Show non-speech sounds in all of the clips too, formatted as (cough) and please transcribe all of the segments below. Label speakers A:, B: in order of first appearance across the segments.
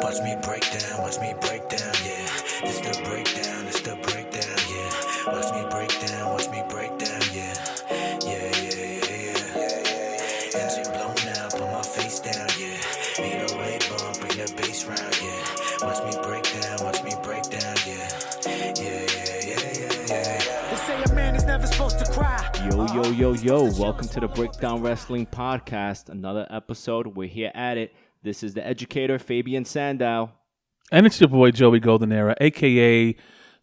A: Watch me break down, watch me break down, yeah. This the breakdown, this the breakdown, yeah. Watch me break down, watch me break down, yeah. Yeah, yeah, yeah, yeah. Engine blown out, put my face down, yeah. 808 bump, bring the bass round, yeah. Watch me break down, watch me break down, yeah. Yeah, yeah, yeah, yeah, yeah.
B: They say a man is never supposed to cry. Uh-huh.
C: Yo, yo, yo, yo. Welcome to the Breakdown Wrestling Podcast. Another episode. We're here at it. This is the educator, Fabian Sandow.
D: And it's your boy Joey Golden Era, aka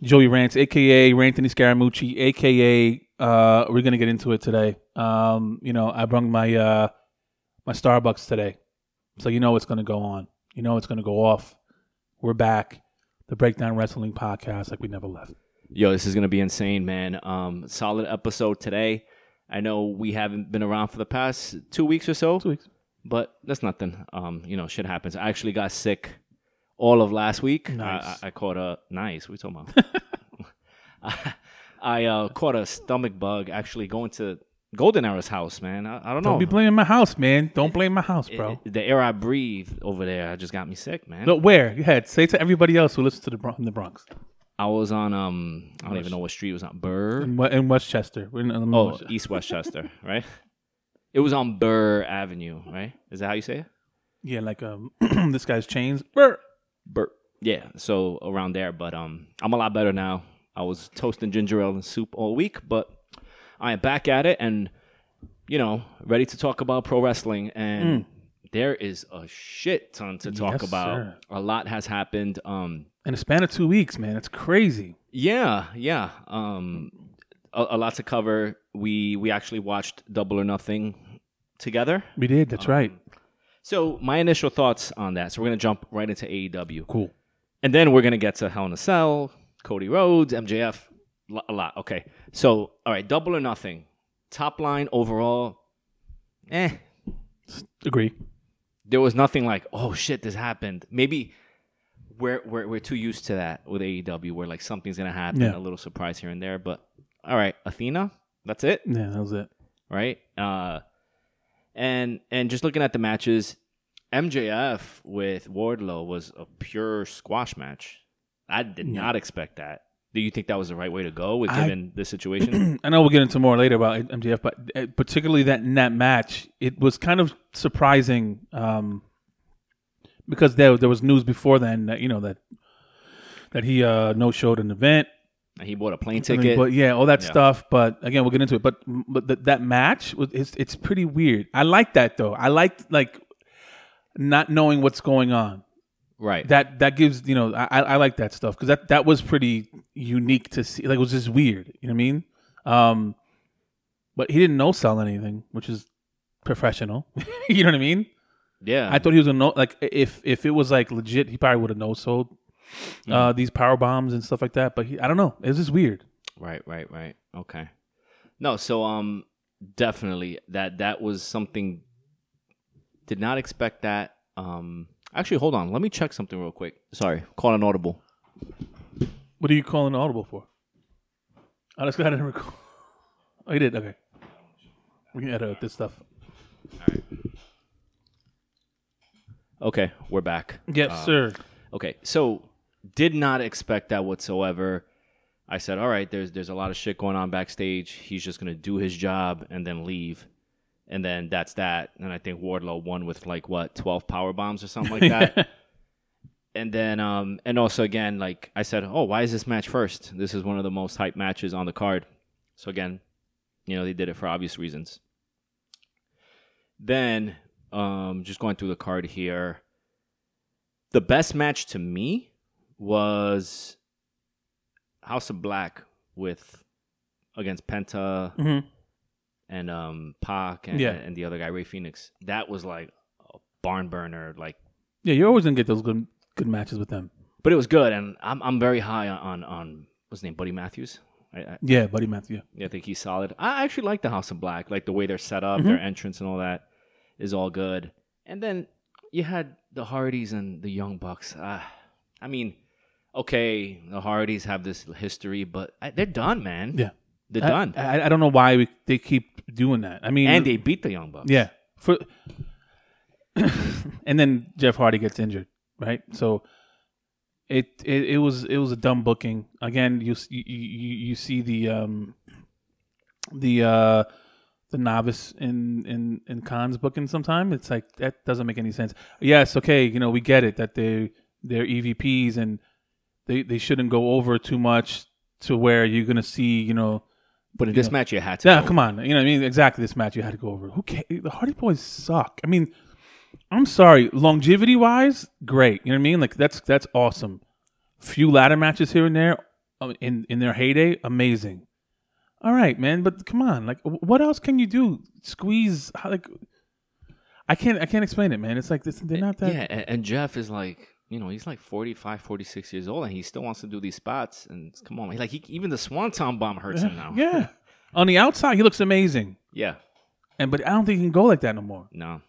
D: Joey Rants, aka Ranthony Scaramucci, aka uh we're gonna get into it today. Um, you know, I brung my uh my Starbucks today. So you know what's gonna go on. You know it's gonna go off. We're back. The Breakdown Wrestling Podcast, like we never left.
C: Yo, this is going to be insane, man. Um, solid episode today. I know we haven't been around for the past two weeks or so,
D: Two weeks.
C: but that's nothing. Um, you know, shit happens. I actually got sick all of last week.
D: Nice.
C: I, I, I caught a nice. We talking about? (laughs) I, I uh, caught a stomach bug. Actually, going to Golden Era's house, man. I, I don't know.
D: Don't be blaming my house, man. Don't blame my house,
C: It-
D: bro.
C: it- the air I breathe over there just got me sick, man.
D: No, where? Go ahead. Say it to everybody else who listens to the Bron- from the Bronx.
C: I was on um I don't even know what street it was on Burr.
D: In, we- in Westchester. We're in, um, in
C: Oh,
D: Westchester.
C: East Westchester, (laughs) right? It was on Burr Avenue, right? Is that how you say it?
D: Yeah, like um, (clears throat) this guy's chains. Brr.
C: Burr. Yeah, so around there, but um I'm a lot better now. I was toasting ginger ale and soup all week, but I am back at it and you know, ready to talk about pro wrestling and there is a shit ton to talk
D: Mm. Yes,
C: about.
D: sir.
C: A lot has happened. Um
D: In a span of two weeks, man, it's crazy.
C: Yeah, yeah. Um, a, a lot to cover. We we actually watched Double or Nothing together.
D: We did. That's right.
C: So my initial thoughts on that. So we're gonna jump right into AEW,
D: Cool.
C: and then we're gonna get to Hell in a Cell, Cody Rhodes, MJF, lo- a lot. Okay. So all right, Double or Nothing. Top line overall, eh?
D: Agree.
C: There was nothing like, oh shit, this happened. Maybe. We're, we're, we're too used to that with AEW, where like something's gonna happen, a
D: Yeah.
C: little surprise here and there. But all right, Athena, that's it.
D: Yeah, that was it. (clears throat)
C: right? Uh, and and just looking at the matches, MJF with Wardlow was a pure squash match. I did not expect that. Do you think that was the right way to go with
D: I-
C: given the situation? (clears throat)
D: I know we'll get into more later about MJF, but uh, particularly that in that match, it was kind of surprising um, because there there was news before then that you know that that he uh, no showed an event,
C: he bought a plane
D: and then-
C: ticket.
D: but yeah, all that
C: Yeah.
D: stuff. But again, we'll get into it. But but th- that match was it's it's pretty weird. I like that though. I liked like not knowing what's going on.
C: right.
D: that that gives you know I I I like that stuff because that that was pretty unique to see. Like it was just weird, you know what I mean? Um, but he didn't no sell anything, which is professional. (laughs) you know what I mean?
C: yeah.
D: I thought he was a no like if if it was like legit, he probably would have no sold uh, these power bombs and stuff like that. But he, I don't know. It was just weird.
C: right, right, right. Okay. No, so um definitely that that was something did not expect that. Um actually hold on, let me check something real quick. Sorry, call an audible.
D: What are you calling audible for? I just got it record. Oh, you did okay. We can edit out this stuff.
C: Okay, we're back.
D: Yes, sir.
C: Okay, so did not expect that whatsoever. I said, "All right, there's there's a lot of shit going on backstage. He's just gonna do his job and then leave, and then that's that." And I think Wardlow won with like what twelve power bombs or something like that. and then um and also again, like I said, "Oh, why is this match first? This is one of the most hype matches on the card." So again, you know they did it for obvious reasons. Then um just going through the card here the best match to me was House of Black with against Penta
D: hmm
C: and um Pac and,
D: Yeah.
C: and the other guy Ray Phoenix. That was like a barn burner, like,
D: Yeah, you're always gonna get those good good matches with them.
C: but it was good, and I'm I'm very high on on, on what's his name, Buddy Matthews. I, I,
D: Yeah, Buddy Matthew. Mm-hmm.
C: I think he's solid. I actually like the House of Black, like the way they're set up, their entrance, and all that. is all good. And then you had the Hardys and the Young Bucks. Ah, I mean, okay, the Hardys have this history, but I, they're done, man.
D: Yeah.
C: they're
D: I,
C: done.
D: I, I don't know why we, they keep doing that. I mean,
C: and they beat the Young Bucks.
D: yeah, for (coughs) and then Jeff Hardy gets injured, right? So it, it it was it was a dumb booking. Again, you s- you you, you see the um the uh the novice in in in Khan's booking sometime. It's like that doesn't make any sense. Yes, okay, you know we get it that they they're EVPs and they they shouldn't go over too much to where you're gonna see you know.
C: but in
D: you
C: this
D: know,
C: match, you had to.
D: yeah,
C: go.
D: come on. You know what I mean? Exactly this match you had to go over. Who ca The Hardy Boys suck. I mean, I'm sorry. Longevity wise, great. You know what I mean? Like that's that's awesome. Few ladder matches here and there uh, in in their heyday, amazing. All right, man, but come on. Like wh- what else can you do? Squeeze how- like I can't I can't explain it, man. It's like this, they're not that
C: Eh, Yeah, and, and Jeff is like, you know, he's like 45, 46 years old, and he still wants to do these spots. And it's- come on, like he, even the Swanton bomb hurts
D: (laughs)
C: him now.
D: yeah. On the outside, he looks amazing.
C: yeah.
D: And but I don't think he can go like that no more.
C: No,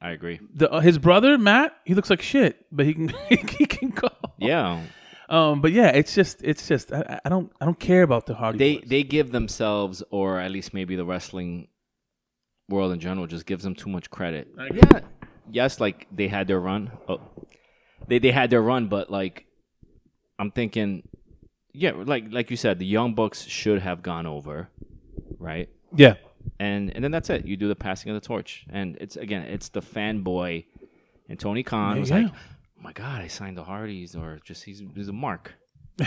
C: I agree.
D: The, uh, his brother Matt, he looks like shit, but he can (laughs) he can go.
C: Yeah,
D: Um, but yeah, it's just, it's just, I, I- I don't, I don't care about the Hardy.
C: they
D: Boys.
C: they give themselves, or at least maybe the wrestling world in general, just gives them too much credit. Yeah, yes, like they had their run. Oh, they they had their run, but like I'm thinking, yeah, like like you said, the young bucks should have gone over, right?
D: yeah,
C: and and then that's it. You do the passing of the torch, and it's again, it's the fanboy, and Tony Khan
D: Yeah,
C: was
D: yeah.
C: like, oh "My God, I signed the Hardys," or just he's, he's a
D: (laughs)
C: mark,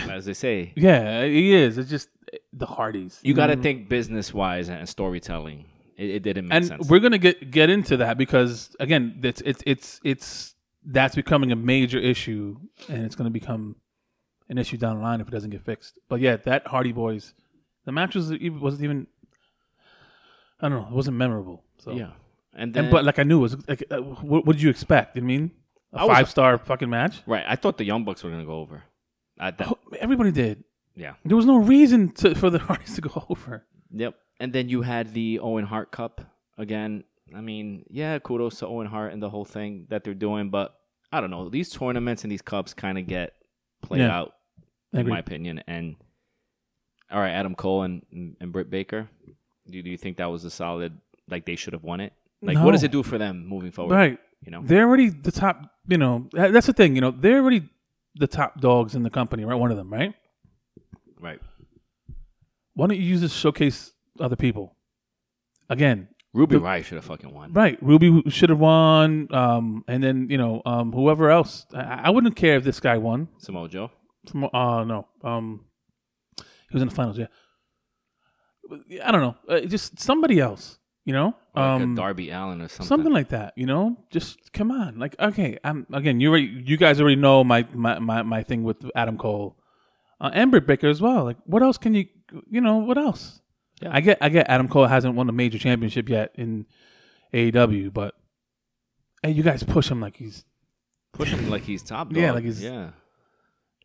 C: as they say.
D: yeah, he is. It's just eh, the Hardys.
C: You got to think business wise and storytelling. It, it didn't make
D: and
C: sense.
D: we're gonna get get into that because again, it's it's it's it's that's becoming a major issue, and it's gonna become an issue down the line if it doesn't get fixed. But yeah, that Hardy Boys, the match was even- wasn't even, I don't know, it wasn't memorable. So
C: yeah, and then
D: and but like I knew it was like, uh, what, what did you expect? You know what I mean
C: I
D: a
C: was-
D: five star fucking match?
C: right, I thought the Young Bucks were gonna go over. I thought,
D: Everybody did.
C: yeah,
D: There was no reason to, for the (laughs) Hardys to go over.
C: yep. And then you had the Owen Hart Cup again. I mean, yeah, kudos to Owen Hart and the whole thing that they're doing, but I don't know. These tournaments and these cups kind of get played
D: Yeah.
C: out in
D: Agreed.
C: my opinion. And all right, Adam Cole and and, and Britt Baker, do, do you think that was a solid? Like they should have won it. Like what does
D: No.
C: it do for them moving forward?
D: Right.
C: You know.
D: They're already the top, you know, tha- that's the thing, you know, they're already the top dogs in the company, right? One of them, right?
C: Right.
D: Why don't you use this to showcase other people? Again,
C: Ruby Riot should have fucking won.
D: right. Ruby should have won. Um, and then, you know, um, whoever else. I, I wouldn't care if this guy won.
C: Samoa Joe.
D: Some, uh, no. Um, he was in the finals, yeah. I don't know. Uh, just somebody else, you know?
C: Or like
D: Um,
C: a Darby Allen or something.
D: something like that you know just come on like okay i'm again you already, you guys already know my my my, my thing with adam cole uh, and Britt Baker as well like what else can you you know what else
C: Yeah.
D: i get i get adam cole hasn't won a major championship yet in aew but hey you guys push him like he's
C: Push
D: (laughs)
C: him like he's top dog.
D: Yeah, like he's-
C: yeah.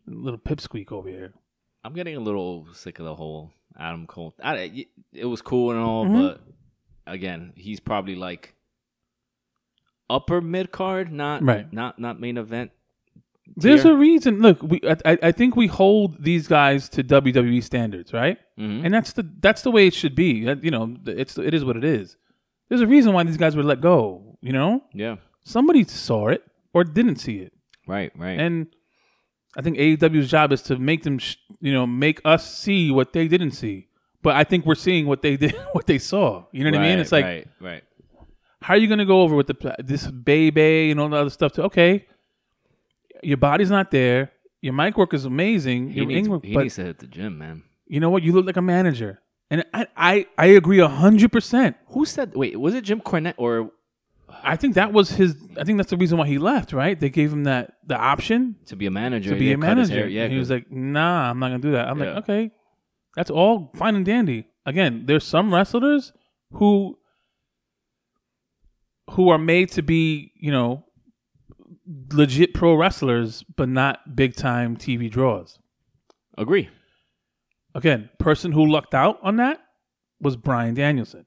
D: a little pipsqueak over here
C: I'm getting a little sick of the whole Adam Cole. I, it was cool and all,
D: Mhm.
C: but again, he's probably like upper mid card, not
D: Right.
C: not not main event.
D: there's
C: tier.
D: a reason look we I, I I think we hold these guys to wwe standards right
C: Mhm.
D: and that's the that's the way it should be. That, you know, it's it is what it is. There's a reason why these guys were let go. You know,
C: Yeah.
D: somebody saw it or didn't see it,
C: Right, right.
D: and I think AEW's job is to make them, sh- you know, make us see what they didn't see. But I think we're seeing what they did, (laughs) what they saw. You know what I mean?
C: Right,
D: It's like,
C: right, right.
D: how are you going to go over with the pla- this baby and all the other stuff? To okay, your body's not there. Your mic work is amazing.
C: He,
D: your
C: needs,
D: ring work,
C: he
D: but
C: needs to hit the gym, man.
D: you know what? You look like a manager, and I I, I agree hundred percent.
C: Who said? Wait, was it Jim Cornette or
D: I think that was his. I think that's the reason why he left. Right? They gave him that the option
C: to be a manager?
D: to be
C: They
D: a
C: cut his
D: manager.
C: hair, Yeah,
D: and he was
C: 'cause-
D: like, "Nah, I'm not gonna do that." I'm
C: Yeah.
D: like, "Okay, that's all fine and dandy." Again, there's some wrestlers who who are made to be, you know, legit pro wrestlers, but not big time TV draws.
C: agree.
D: Again, person who lucked out on that was Brian Danielson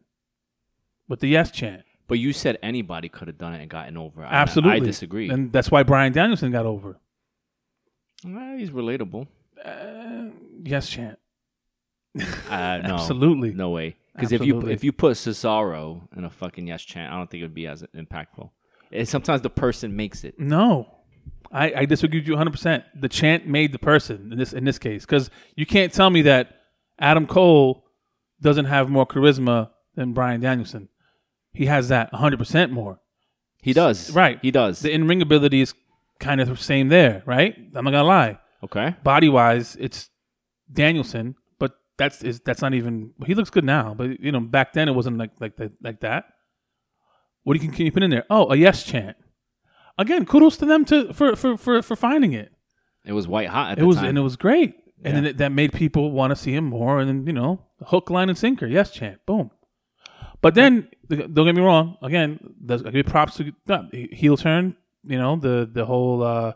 D: with the yes chant.
C: But you said anybody could have done it and gotten over. I-
D: Absolutely,
C: I, disagree.
D: and that's why Brian Danielson got over.
C: Eh, he's relatable.
D: Uh, yes, Chant.
C: Uh, no,
D: Absolutely.
C: no way. Because if you
D: Absolutely.
C: if you put Cesaro in a fucking yes chant, I don't think it would be as impactful. It, sometimes the person makes it.
D: No, I, I disagree with you 100. percent The chant made the person in this in this case because you can't tell me that Adam Cole doesn't have more charisma than Brian Danielson. He has that 100 percent more.
C: He does.
D: Right.
C: He does.
D: The in ring ability is kind of the same there, right? I'm not gonna lie.
C: okay.
D: Body wise, it's Danielson, but that's is that's not even. He looks good now, but you know back then it wasn't like like that like that. What do you can you put in there? Oh, a yes chant. Again, kudos to them to for for for, for finding it.
C: It was white hot at
D: It
C: the
D: was
C: time. Oh,
D: and it was great, and then
C: Yeah.
D: it, that made people want to see him more. And then you know, hook, line, and sinker. Yes, chant, boom. But then, don't get me wrong. Again, there's- I give props to uh, heel turn. You know, the the whole uh,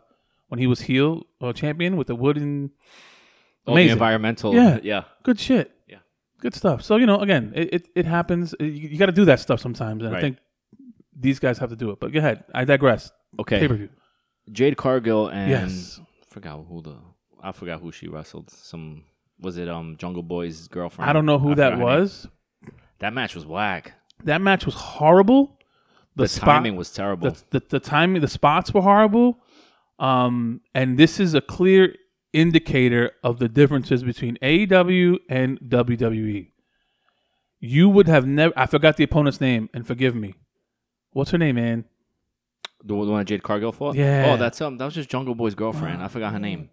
D: when he was heel uh, champion with the wooden,
C: All the
D: amazing.
C: environmental.
D: Yeah.
C: Yeah.
D: good shit.
C: Yeah.
D: good stuff. So you know, again, it it, it happens. Uh, You, you got to do that stuff sometimes, and I
C: Right.
D: think these guys have to do it. But go ahead, I digress.
C: Okay.
D: Pay per view.
C: Jade Cargill and
D: Yes.
C: I forgot who the I forgot who she wrestled. Some was it um Jungle Boy's girlfriend?
D: I don't know who
C: I
D: that
C: forgot her name.
D: was.
C: That match was whack.
D: That match was horrible.
C: The,
D: spot-
C: timing was terrible.
D: the, the the timing, the spots were horrible. Um, and this is a clear indicator of the differences between AEW and WWE. You would have never. I forgot the opponent's name, and forgive me. What's her name, man?
C: the one that Jade Cargill fought.
D: Yeah.
C: Oh, that's um that was just Jungle Boy's girlfriend. I forgot her name.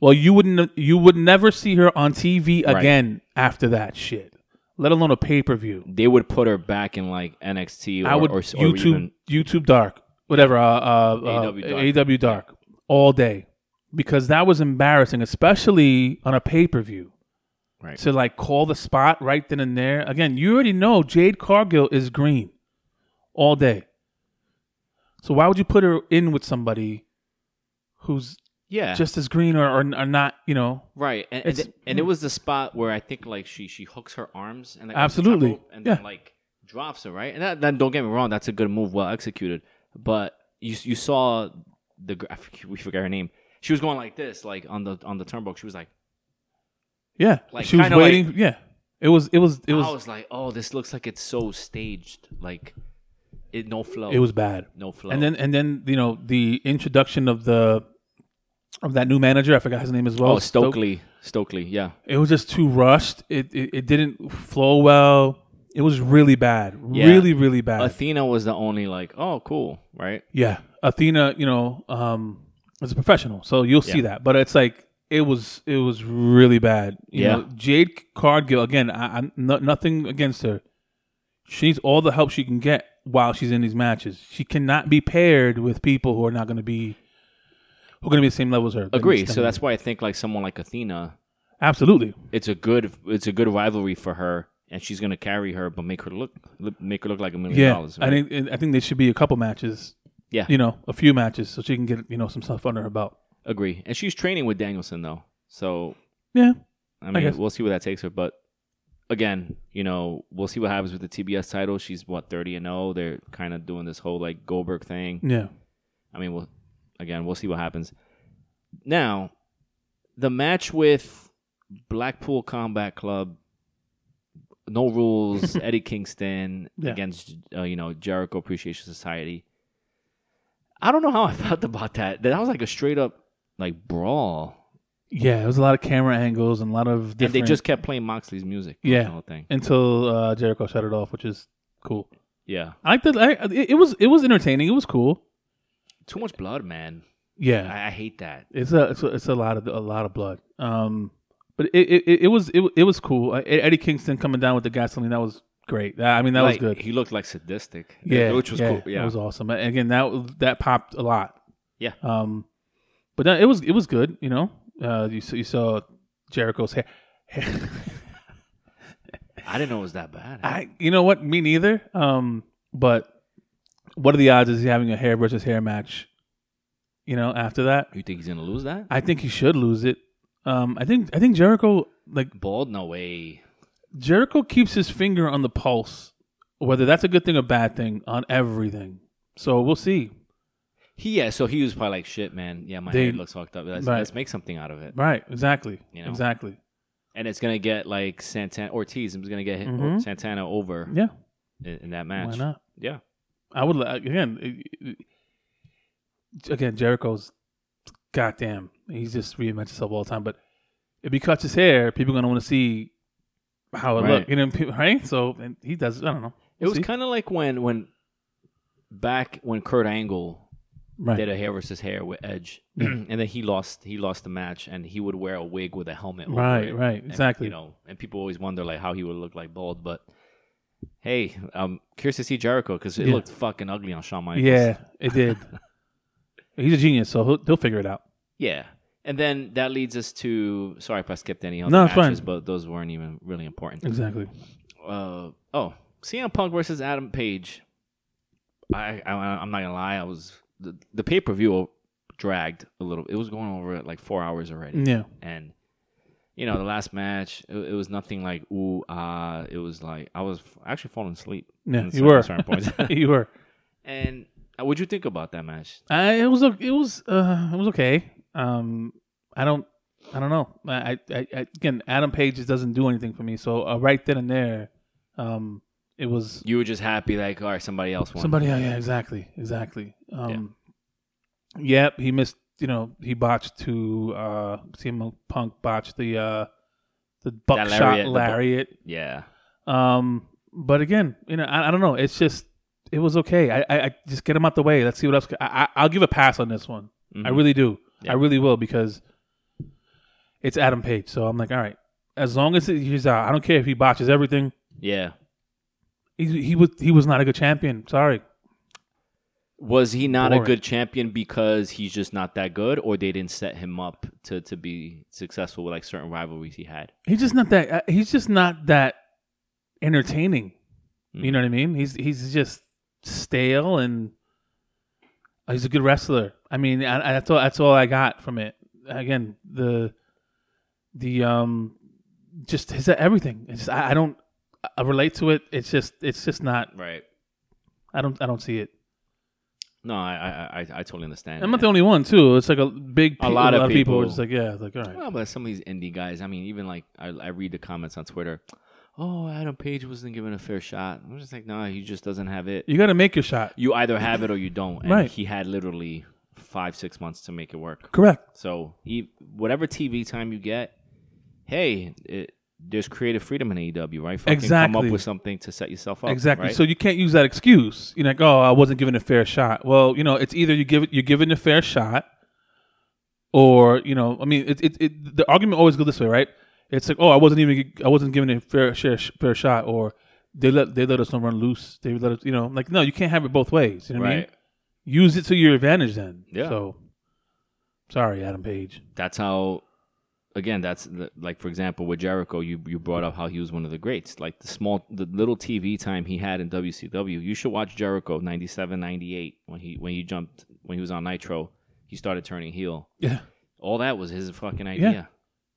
D: Well, you wouldn't. You would never see her on TV
C: Right.
D: again after that shit. Let alone a pay per view.
C: They would put her back in like NXT or,
D: I would
C: or, or
D: YouTube
C: even
D: YouTube Dark, whatever. Uh, uh,
C: AEW
D: uh,
C: Dark.
D: AEW Dark all day because that was embarrassing, especially on a pay per view.
C: Right.
D: To like call the spot right then and there. Again, you already know Jade Cargill is green all day. So why would you put her in with somebody who's
C: yeah
D: just as green or, or, or not? You know,
C: right and and,
D: it's-
C: it- and it was the spot where I think like she she hooks her arms and like, off the top
D: Absolutely.
C: rope and then
D: Yeah.
C: like drops her right and that, that don't get me wrong that's a good move well executed but you you saw the gr- I forget- we forgot her name she was going like this like on the on the turnbuckle she was like
D: yeah.
C: Like,
D: she was
C: kinda like-
D: waiting. yeah, it was. It was. It was.
C: I was like oh this looks like it's so staged like it no flow
D: it was bad.
C: no flow
D: and then and then you know the introduction of the of that new manager i forgot his name as well
C: oh
D: Stoke-
C: Stokely Stokely yeah
D: it was just too rushed it, it it didn't flow well it was really bad
C: Yeah.
D: really really bad
C: Athena was the only like oh cool right
D: yeah athena you know um is a professional so you'll see
C: Yeah.
D: that but it's like it was it was really bad you
C: Yeah.
D: know jade cargill again I, i'm no, nothing against her she needs all the help she can get while she's in these matches she cannot be paired with people who are not going to be who are going to be the same level as her
C: agree so that's why I think like someone like Athena
D: absolutely
C: it's a good it's a good rivalry for her, and she's gonna carry her, but make her look look- make her look like a million
D: yeah
C: dollars.
D: i
C: right?
D: think i think there should be a couple matches
C: yeah,
D: you know a few matches so she can get you know some stuff under her belt
C: agree. And she's training with Danielson though, so
D: yeah
C: I mean
D: guess.
C: we'll see where that takes her. But again, you know we'll see what happens with the TBS title. She's what thirty and zero. They're kind of doing this whole like Goldberg thing.
D: yeah
C: I mean, we'll again, we'll see what happens. Now, the match with Blackpool Combat Club, No
D: (laughs)
C: Rules, Eddie Kingston
D: Yeah.
C: against uh, you know Jericho Appreciation Society. I don't know how I (laughs) felt about that. That was like a straight up like brawl,
D: yeah it was a lot of camera angles and a lot of different
C: and they just kept playing Moxley's music. throughout
D: Yeah.
C: the whole thing.
D: until uh, Jericho shut it off, which is cool.
C: Yeah,
D: I like that. I, it, it was it was entertaining. It was cool.
C: too much blood, man.
D: Yeah,
C: I, I hate that.
D: it's a it's a, it's a lot of a lot of blood. Um, but it it, it- it was it, it was cool. Uh, Eddie Kingston coming down with the gasoline that was great. That- I mean that
C: Like,
D: was good.
C: He looked like sadistic.
D: Yeah,
C: which was
D: yeah,
C: cool. Yeah,
D: that was awesome. And again, that that popped a lot.
C: Yeah.
D: Um, but that, it was it was good. You know, uh, you saw, you saw Jericho's hair. (laughs)
C: I didn't know it was that bad.
D: I you know what? Me neither. Um, but what are the odds is he having a hair versus hair match? You know, after that,
C: you think he's gonna lose that?
D: I think he should lose it. Um, I think I think Jericho like
C: Bald? No way.
D: Jericho keeps his finger on the pulse whether that's a good thing or bad thing on everything. So we'll see.
C: He yeah, so he was probably like, "Shit, man, yeah, my
D: They-
C: head looks fucked up. Let's,
D: Right.
C: let's make something out of it."
D: Right? Exactly.
C: You know.
D: Exactly.
C: And it's gonna get like Santana Ortiz. is gonna get hit,
D: Mhm.
C: Santana over
D: Yeah.
C: in, in that match.
D: Why not?
C: Yeah,
D: I would li- again. it- it- Again, Jericho's goddamn. He's just reinvents himself all the time. But if he cuts his hair, people are gonna want to see how it
C: Right.
D: look. You know, people, right? So and he does. I don't know.
C: it was kind of like when when back when Kurt Angle
D: right.
C: did a hair versus hair with Edge, (clears throat) and then he lost he lost the match, and he would wear a wig with a helmet. over
D: Right,
C: it.
D: right,
C: And,
D: exactly.
C: you know, and people always wonder like how he would look like bald, but. Hey, I'm curious to see Jericho because it
D: Yeah.
C: looked fucking ugly on Shawn Michaels.
D: yeah,
C: (laughs)
D: it did. He's a genius, so he'll, he'll figure it out.
C: Yeah. And then that leads us to sorry if I skipped any other
D: No, it's
C: matches,
D: fine.
C: but those weren't even really important.
D: Exactly.
C: Uh, oh, CM Punk versus Adam Page. I, I I'm not gonna lie, I was the, the pay per view dragged a little. It was going over like four hours already,
D: Yeah.
C: and you know the last match, it, it was nothing like ooh ah. It was like I was actually falling asleep.
D: Yeah.
C: at
D: You were.
C: certain
D: (laughs)
C: points. (laughs)
D: you were.
C: and uh, what'd you think about that match?
D: I, it was o- it was uh, it was okay. Um, I don't I don't know. I, I, I again Adam Page just doesn't do anything for me. So uh, right then and there, um, it was
C: You were just happy, like all right, somebody else won.
D: somebody. Yeah, yeah, exactly, exactly. Um, Yep, he missed. You know, he botched to uh, CM Punk botched the uh, the buckshot
C: lariat,
D: lariat.
C: the bu- yeah.
D: Um, but again, you know, I, I don't know. It's just it was okay. I, I, I just get him out the way. Let's see what else. ca- I, I I'll give a pass on this one. I
C: Mhm.
D: really do.
C: Yeah.
D: I really will because it's Adam Page. So I'm like, all right. As long as he's out, I don't care if he botches everything.
C: Yeah.
D: He, he was he was not a good champion. Sorry.
C: Was he not a
D: Boring.
C: good champion because he's just not that good, or they didn't set him up to, to be successful with like certain rivalries he had?
D: He's just not that. uh, He's just not that entertaining.
C: Mm.
D: You know what I mean? He's he's just stale and uh, he's a good wrestler. I mean, I, I, that's all that's all I got from it. Again, the the um just his everything. It's just, I, I don't I relate to it. It's just it's just not.
C: Right.
D: I don't I don't see it.
C: No, I I, I, I totally understand.
D: I'm not
C: that.
D: the only one too. It's like a big
C: A lot of
D: people.
C: people-
D: are just like yeah, like all right,
C: Well, but some of these indie guys. I mean, even like I, I read the comments on Twitter. Oh, Adam Page wasn't given a fair shot. I'm just like, no, he just doesn't have it.
D: you got to make your shot.
C: You either have it or you don't. And
D: Right.
C: He had literally five six months to make it work.
D: Correct.
C: So he, whatever TV time you get, hey, it, there's creative freedom in AEW, right? Fucking Come
D: Exactly.
C: up with something to set yourself up.
D: Exactly.
C: right?
D: So you can't use that excuse. You're like, oh, I wasn't given a fair shot. Well, you know, it's either you give it, you're given a fair shot, or you know, I mean, it, it, it the argument always goes this way, right? It's like, oh, I wasn't even I wasn't given a fair share fair shot, or they let they let us run loose. They let us, you know, like no, you can't have it both ways. You know what I mean?
C: right.
D: Use it to your advantage then.
C: Yeah.
D: So sorry, Adam Page.
C: That's how. Again, that's the, like for example with Jericho, you you brought up how he was one of the greats. Like the small, the little TV time he had in WCW. You should watch Jericho 97, 98 when he when he jumped when he was on Nitro. He started turning heel.
D: Yeah.
C: All that was his fucking idea.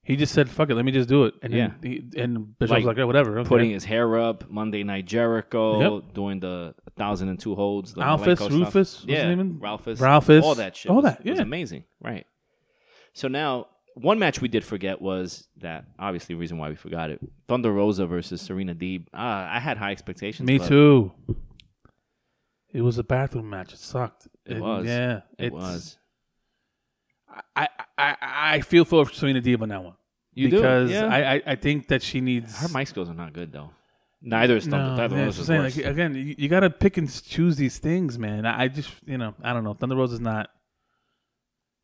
D: He just said, "Fuck it, let me just do it," and then
C: Yeah.
D: he, and Bishop
C: Like,
D: was like, "Oh, whatever." okay."
C: putting his hair up, Monday Night Jericho, doing the thousand and two holds, the Malenko
D: Alphys,
C: stuff.
D: Rufus, what's his
C: yeah,
D: name?
C: Ralphus,
D: Ralphus.
C: all that shit,
D: All
C: was-
D: that,
C: was
D: yeah.
C: amazing, right? So now, one match we did forget was that obviously the reason why we forgot it: Thunder Rosa versus Serena Deeb. Uh, I had high expectations.
D: Me
C: but
D: too. It was a bathroom match. It sucked.
C: It was.
D: Yeah.
C: It
D: it's-
C: was.
D: I, I I feel for Serena Deeb on that one.
C: You do?
D: because
C: Yeah.
D: I, I I think that she needs
C: Her mic skills are not good though. Neither is Thunder,
D: No,
C: Thunder
D: man,
C: Rosa.
D: I'm saying, like, again, you, you gotta pick and choose these things, man. I, I just you know I don't know. Thunder Rose is not.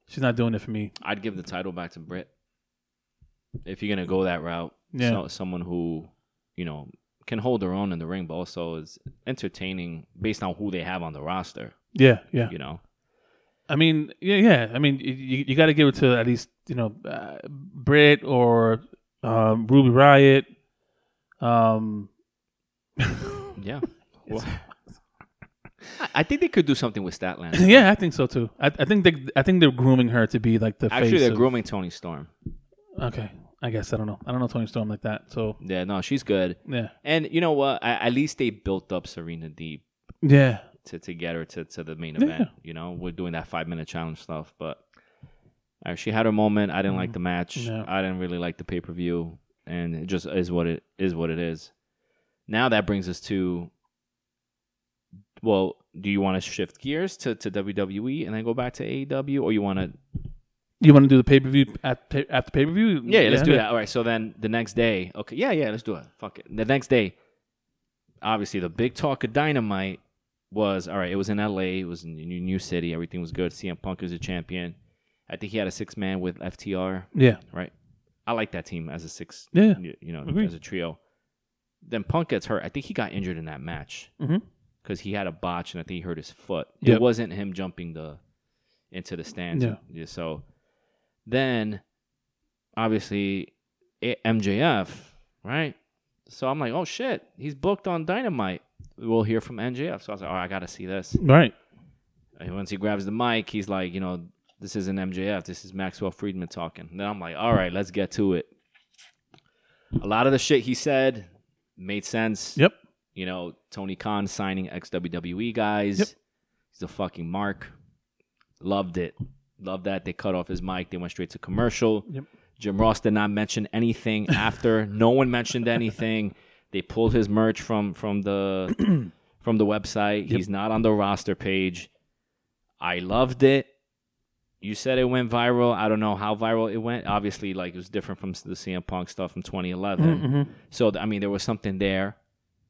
D: She's not doing it for me.
C: I'd give the title back to Britt. If you're gonna go that route,
D: Yeah.
C: so, someone who you know can hold their own in the ring, but also is entertaining based on who they have on the roster.
D: Yeah, yeah.
C: You know,
D: I mean, yeah, yeah. I mean, you, you, you got to give it to at least you know uh, Britt or um, Ruby Riot. Um, (clears throat)
C: yeah.
D: (laughs)
C: Well, I- I think they could do something with
D: (laughs)
C: Statlander.
D: Yeah, I think so too. I, I think they, I think they're grooming her to be like the
C: Actually,
D: face.
C: they're
D: of-
C: grooming Tony Storm.
D: Okay, I guess I don't know. I don't know Tony Storm like that. So
C: Yeah, no, she's good.
D: yeah,
C: And you know what? I, at least they built up Serena Deep
D: yeah.
C: to, to get her to, to the main
D: Yeah.
C: event. You know, we're doing that five minute challenge stuff, but uh, she had her moment. I didn't like the match.
D: Mm. No.
C: I didn't really like the pay per view, and it just is what it is. What it is. Now that brings us to. Well, do you want to shift gears to, to WWE and then go back to AEW, or you want to?
D: You want to do the pay per view at pay, after pay per view?
C: Yeah, yeah, let's do that. All right. So then the next day, okay, yeah, yeah, let's do it. Fuck it. The next day, obviously, the big talk of Dynamite was all right. It was in L.A. It was in a new city. Everything was good. CM Punk is a champion. I think he had a six man with FTR.
D: Yeah,
C: Right. I like that team as a six.
D: Yeah.
C: You, you know,
D: Agreed.
C: as a trio. Then Punk gets hurt. I think he got injured in that match
D: Mhm.
C: because he had a botch and I think he hurt his foot. It
D: Yep.
C: wasn't him jumping the into the stands.
D: Yeah.
C: Yeah, So then, obviously, A- MJF, right? So I'm like, oh shit, he's booked on Dynamite. We'll hear from MJF. So I was like, oh, I gotta see this.
D: right.
C: And once he grabs the mic, he's like, you know, this isn't MJF. This is Maxwell Friedman talking. then I'm like, all right, let's get to it. A lot of the shit he said made sense.
D: Yep.
C: You know, Tony Khan signing ex WWE guys.
D: Yep.
C: He's a fucking mark. Loved it. Loved that. They cut off his mic. They went straight to commercial.
D: Yep.
C: Jim Ross did not mention anything
D: (laughs)
C: after. no one mentioned anything. They pulled his merch from from
D: (clears throat)
C: the from the website. He's not on the roster page. I loved it. You said it went viral. I don't know how viral it went. Obviously, like it was different from the CM Punk stuff from 2011.
D: Mm-hmm.
C: So th- I mean, there was something there.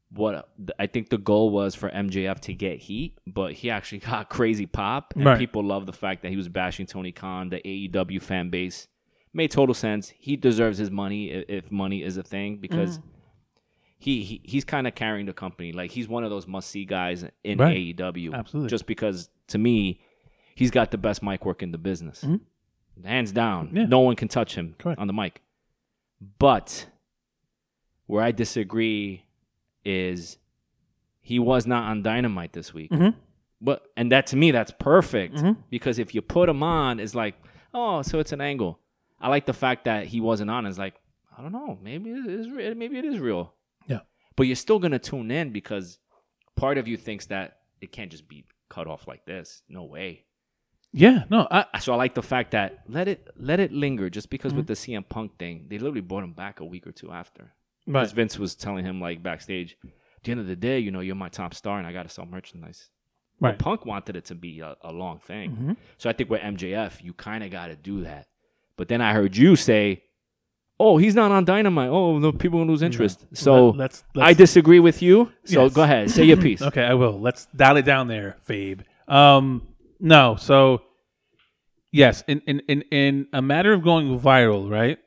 C: What th- I think the goal was for MJF to get heat, but he actually (laughs) got crazy pop, and
D: Right.
C: people love the fact that he was bashing Tony Khan, the AEW fan base. Made total sense. He deserves his money i- if money is a thing because
D: Mm.
C: he, he he's kind of carrying the company. Like he's one of those must see guys in
D: Right.
C: AEW.
D: Absolutely.
C: Just because to me, he's got the best mic work in the business, hands down.
D: Mm-hmm. Yeah.
C: No one can touch him
D: Correct.
C: on the mic. But where I disagree is he was not on Dynamite this week.
D: Mm-hmm.
C: But and that to me that's perfect because if you put him on, it's like oh, so it's an angle. I like the fact that he wasn't on. It's like I don't know, maybe it is re- maybe it is real.
D: Yeah.
C: but you're still gonna tune in because part of you thinks that it can't just be cut off like this. No way.
D: Yeah. No. I,
C: So I like the fact that let it let it linger. Just because
D: Mm-hmm.
C: with the CM Punk thing, they literally brought him back a week or two after. Because
D: right.
C: Vince was telling him like backstage, at the end of the day, you know, you're my top star and I gotta sell merchandise.
D: Right.
C: Punk wanted it to be a, a long thing.
D: Mm-hmm.
C: So I think with MJF, you kinda gotta do that. But then I heard you say, Oh, he's not on dynamite. Oh no, people gonna lose interest. So
D: Let- let's-
C: I
D: let's-
C: disagree with you. So
D: Yes.
C: go ahead, say your piece.
D: (laughs) Okay, I will. Let's dial it down there, Fabe. Um, no, so yes, in in in in a matter of going viral, right?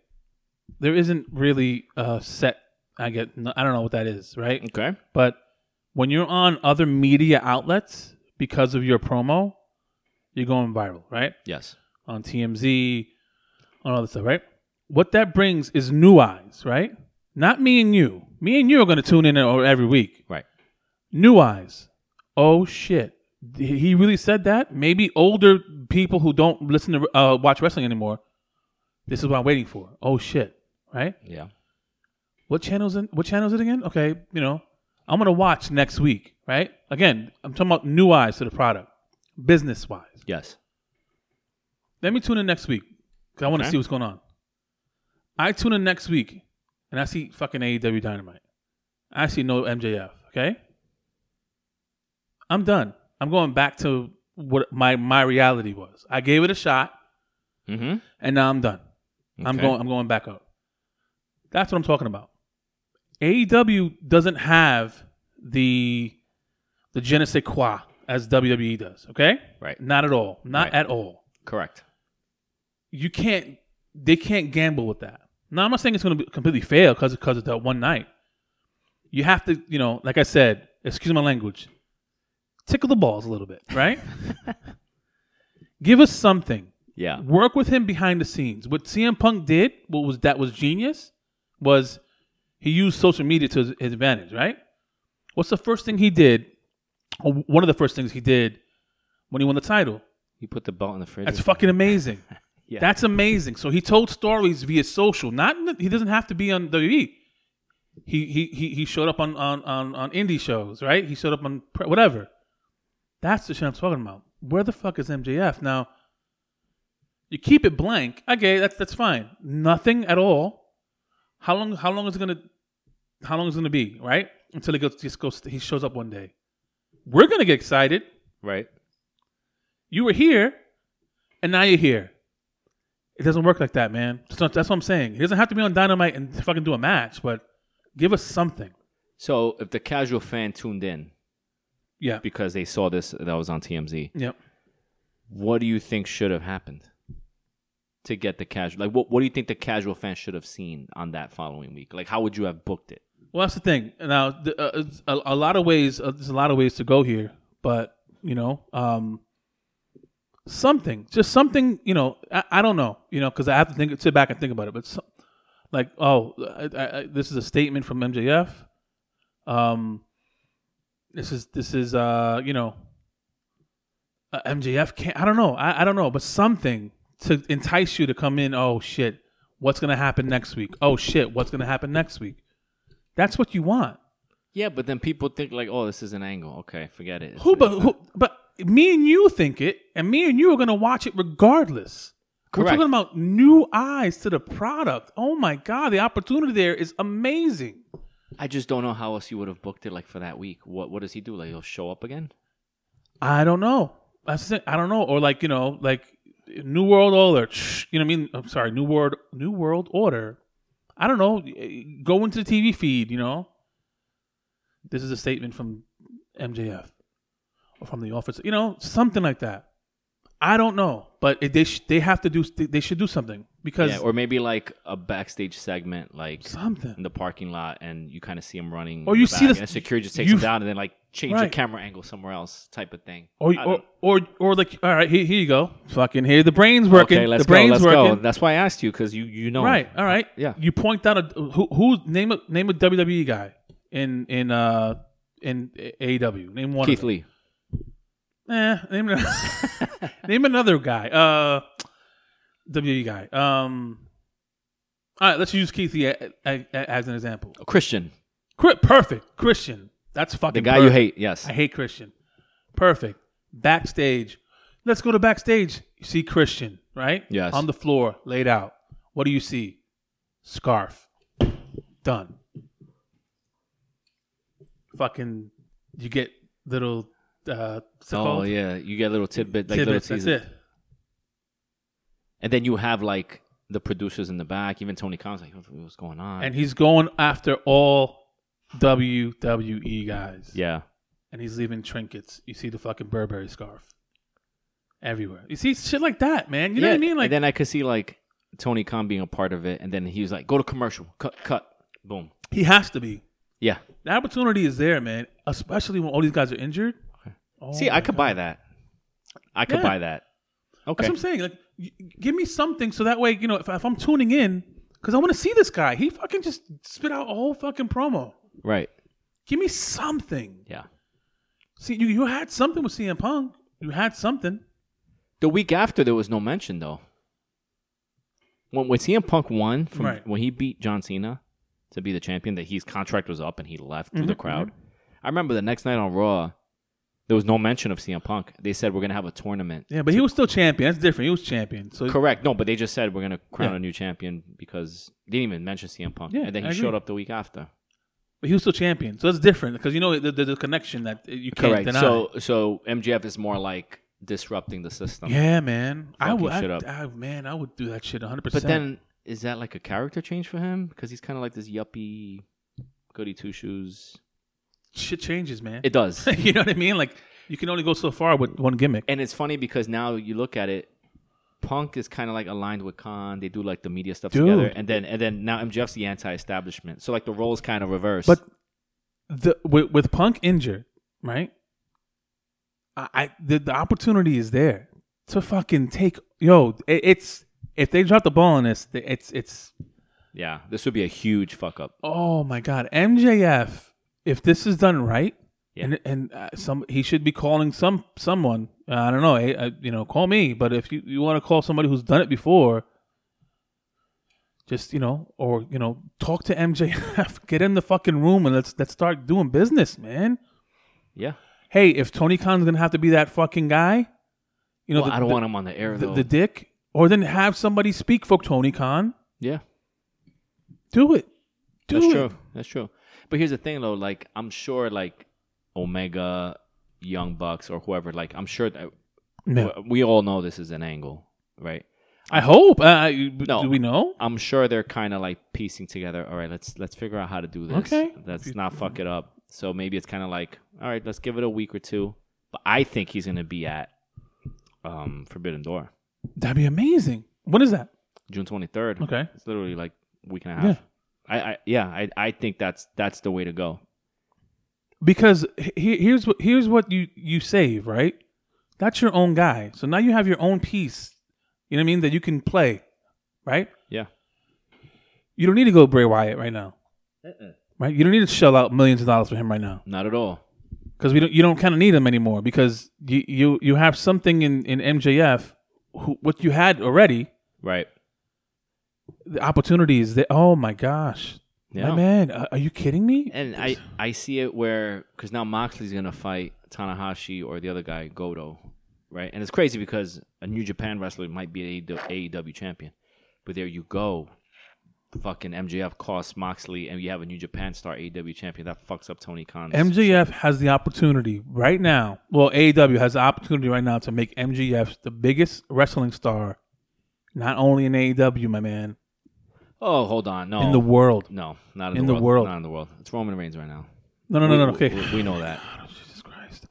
D: There isn't really a set. I get. no- I don't know what that is, right?
C: Okay.
D: But when you're on other media outlets because of your promo, you're going viral, right?
C: Yes.
D: on TMZ, on all this stuff, right? What that brings is new eyes, right? Not me and you. Me and you are going to tune in o- every week.
C: Right.
D: New eyes. Oh shit! D- He really said that. Maybe older people who don't listen to uh, watch wrestling anymore. This is what I'm waiting for. Oh shit! Right?
C: Yeah.
D: What channels? In, what channel is it again? Okay, you know, I'm gonna watch next week. Right? Again, I'm talking about new eyes to the product, business wise.
C: Yes.
D: Let me tune in next week because I want to
C: Okay.
D: see what's going on. I tune in next week and I see fucking AEW Dynamite. I see no MJF. Okay, I'm done. I'm going back to what my my reality was. I gave it a shot
C: Mm-hmm.
D: and now I'm done. I'm
C: Okay.
D: going. I'm going back up. That's what I'm talking about. AEW doesn't have the the je ne sais quoi as WWE does. Okay,
C: Right.
D: Not at all. Not
C: Right.
D: at all
C: Correct.
D: you can't they can't gamble with that. Now I'm not saying it's going to completely fail because because of that one night. You have to, you know, like I said, excuse my language, tickle the balls a little bit, right? Give us something.
C: Yeah.
D: Work with him behind the scenes. What CM Punk did, what was that was genius, was he used social media to his, his advantage, right? What's the first thing he did? or One of the first things he did when he won the title.
C: You put the belt in the fridge.
D: That's fucking amazing.
C: (laughs) Yeah.
D: That's amazing. So he told stories via social. Not in the- he doesn't have to be on WWE. He he he he showed up on on on, on indie shows, right? He showed up on pre- whatever. That's the shit I'm talking about. Where the fuck is MJF now? You keep it blank. Okay, that's that's fine. Nothing at all. How long? How long is it gonna? How long is it gonna be? Right until he goes. Just goes. He shows up one day. We're gonna get excited.
C: right?
D: You were here, and now you're here. It doesn't work like that, man. That's, not, that's what I'm saying. He doesn't have to be on Dynamite and fucking do a match, but give us something.
C: So if the casual fan tuned in
D: Yeah.
C: because they saw this that was on TMZ,
D: Yep.
C: what do you think should have happened to get the casual? Like, what what do you think the casual fan should have seen on that following week? Like, how would you have booked it?
D: Well, that's the thing. Now, the, uh, it's a, a lot of ways. Uh, there's a lot of ways to go here, but you know, um, something, just something. You know, I, I don't know. You know, because I have to think, sit back and think about it. But some, like, oh, I, I, I, this is a statement from MJF. Um, this is this is uh, you know, uh, MJF can't. I don't know. I, I don't know, but something to entice you to come in. Oh shit, what's gonna happen next week? Oh shit, what's gonna happen next week? That's what you want.
C: Yeah, but then people think like, oh, this is an angle. Okay, forget it. It's-
D: Who but who but me and you think it, and me and you are gonna watch it regardless. We're
C: Correct.
D: talking about new eyes to the product. Oh my god, the opportunity there is amazing.
C: I just don't know how else you would have booked it. Like for that week, what what does he do? Like he'll show up again?
D: I don't know. That's the thing. I don't know. Or like you know, like New World Order. Shh, You know what I mean? I'm sorry, New World New World Order. I don't know. Go into the TV feed. You know, this is a statement from MJF or from the office. You know, something like that. I don't know, but it, they sh- they have to do. They should do something because
C: Yeah, or maybe like a backstage segment, like in
D: something.
C: the parking lot, and you kind of see him running. in
D: Or Oh, you
C: the
D: see
C: back,
D: the-
C: and security just takes
D: you-
C: him down, and then like change the
D: Right. Oh,
C: camera angle somewhere else, type of thing.
D: Or,
C: I don't
D: or
C: know.
D: or or like all right, here, here you go. Fucking here, the brains working.
C: okay, let's
D: the brains
C: go, let's
D: working.
C: go. That's why I asked you because you you know
D: Right. All right.
C: Uh, Yeah.
D: You point out a who who name a name a WWE guy in in uh in AEW. Name one.
C: Keith
D: of them.
C: Lee.
D: Eh, name another, (laughs) name another guy. Uh, WWE guy. Um. All right. Let's use Keith Lee a- a- a- as an example.
C: Christian,
D: Cri- Perfect. Christian. That's fucking
C: the guy you hate.
D: perfect.
C: Yes.
D: I hate Christian. Perfect. Backstage. Let's go to backstage. You see Christian, right?
C: Yes.
D: On the floor, laid out. What do you see? Scarf. Done. Fucking, you get little. Uh, what's it
C: oh
D: called?
C: yeah, you get a little tidbit, like
D: Tidbits,
C: little
D: that's
C: teaser,
D: it.
C: and then you have like the producers in the back, even Tony Khan's like, "What- "What's going on?"
D: And he's going after all WWE guys.
C: yeah,
D: And he's leaving trinkets. You see the fucking Burberry scarf everywhere. You see shit like that, man. You know
C: yeah.
D: what I mean? Like
C: and then I could see like Tony Khan being a part of it, and then he was like, "Go to commercial, cut, cut, boom."
D: he has to be.
C: Yeah.
D: The opportunity is there, man. Especially when all these guys are injured. Oh
C: see,
D: my
C: I could
D: God.
C: buy that. I could
D: Yeah.
C: buy that.
D: That's
C: Okay.
D: what I'm saying. Like, y- give me something so that way, you know, if, if I'm tuning in, because I want to see this guy. He fucking just spit out a whole fucking promo.
C: Right.
D: Give me something.
C: Yeah.
D: See, you, you had something with CM Punk. You had something.
C: The week after, there was no mention though. When when CM Punk won from
D: Right.
C: when he beat John Cena to be the champion, that his contract was up and he left through
D: Mm-hmm,
C: the crowd. I remember the next night on Raw, there was no mention of CM Punk. They said we're gonna have a tournament.
D: Yeah, but he was still champion. That's different. He was champion. So
C: Correct. No, but they just said we're gonna crown
D: Yeah.
C: a new champion because they didn't even mention CM Punk.
D: Yeah,
C: and then he
D: I agree.
C: showed up the week after.
D: but he was still champion. So that's different because you know the, the, the connection that you can't
C: Correct.
D: deny.
C: So so MGF is more like disrupting the system.
D: yeah, man. I
C: Fucking
D: would.
C: shit
D: I,
C: up.
D: I- man, I would do that shit 100.
C: But
D: percent
C: then is that like a character change for him? Because he's kind of like this yuppie, goody two shoes.
D: shit changes, man.
C: It
D: (laughs)
C: does.
D: you know what I mean? Like you can only go so far with one gimmick.
C: and it's funny because now you look at it, Punk is kind of like aligned with Khan. They do like the media stuff
D: Dude.
C: together, and then and then now MJF's the anti-establishment. So like the roles kind of reverse.
D: But the with, with Punk injured, right? I, I the, the opportunity is there to fucking take yo. It, it's if they drop the ball on this, th- it's it's
C: yeah, this would be a huge fuck up.
D: oh my god, MJF. If this is done right,
C: Yeah.
D: And and uh, some he should be calling some someone. Uh, I don't know. eh, uh, you know, call me. But if you, you want to call somebody who's done it before, just you know, or you know, talk to MJF. (laughs) Get in the fucking room and let's let's start doing business, man.
C: Yeah.
D: Hey, if Tony Khan's gonna have to be that fucking guy, you know,
C: Well,
D: the-
C: I don't
D: the-
C: want him on the air
D: the,
C: though.
D: the dick, or then have somebody speak for Tony Khan.
C: yeah.
D: Do it. Do
C: That's
D: it.
C: true. That's true. But here's the thing though, like I'm sure like Omega, Young Bucks or whoever, like I'm sure that
D: No.
C: we- we all know this is an angle, right?
D: I hope. Uh, no.
C: No.
D: Do we know?
C: I'm sure they're kind of like piecing together. All right, let's let's figure out how to do this.
D: Okay.
C: let's not fuck it up. So maybe it's kind of like, all right, let's give it a week or two. But I think he's gonna be at um, Forbidden Door,
D: That'd be amazing. When is that?
C: June 23rd.
D: Okay.
C: it's literally like a week and a half. I, I yeah, I I think that's that's the way to go.
D: Because he, here's what here's what you you save right. That's your own guy. So now you have your own piece. You know what I mean? That you can play, right?
C: Yeah,
D: You don't need to go Bray Wyatt right now, right? You don't need to shell out millions of dollars for him right now.
C: not at all.
D: because we don't you don't kind of need him anymore because you you you have something in in MJF who, what you had already
C: Right.
D: the opportunities that oh my gosh
C: Yeah.
D: my man uh, are you kidding me
C: And I I see it where because now Moxley's gonna fight Tanahashi or the other guy Goto, right? And it's crazy because a New Japan wrestler might be an E AEW AEW champion, but there you go, fucking MJF costs Moxley, and you have a New Japan star AEW champion that fucks up Tony Khan.
D: MJF has the opportunity right now well AEW has the opportunity right now to make MJF the biggest wrestling star not only in AEW my man
C: oh, hold on, no,
D: in the world
C: no, not in,
D: in
C: the,
D: the
C: world.
D: world.
C: not in the world. It's Roman Reigns right now.
D: no no no
C: We-
D: no, no. okay
C: we, we know that.
D: Jesus Christ.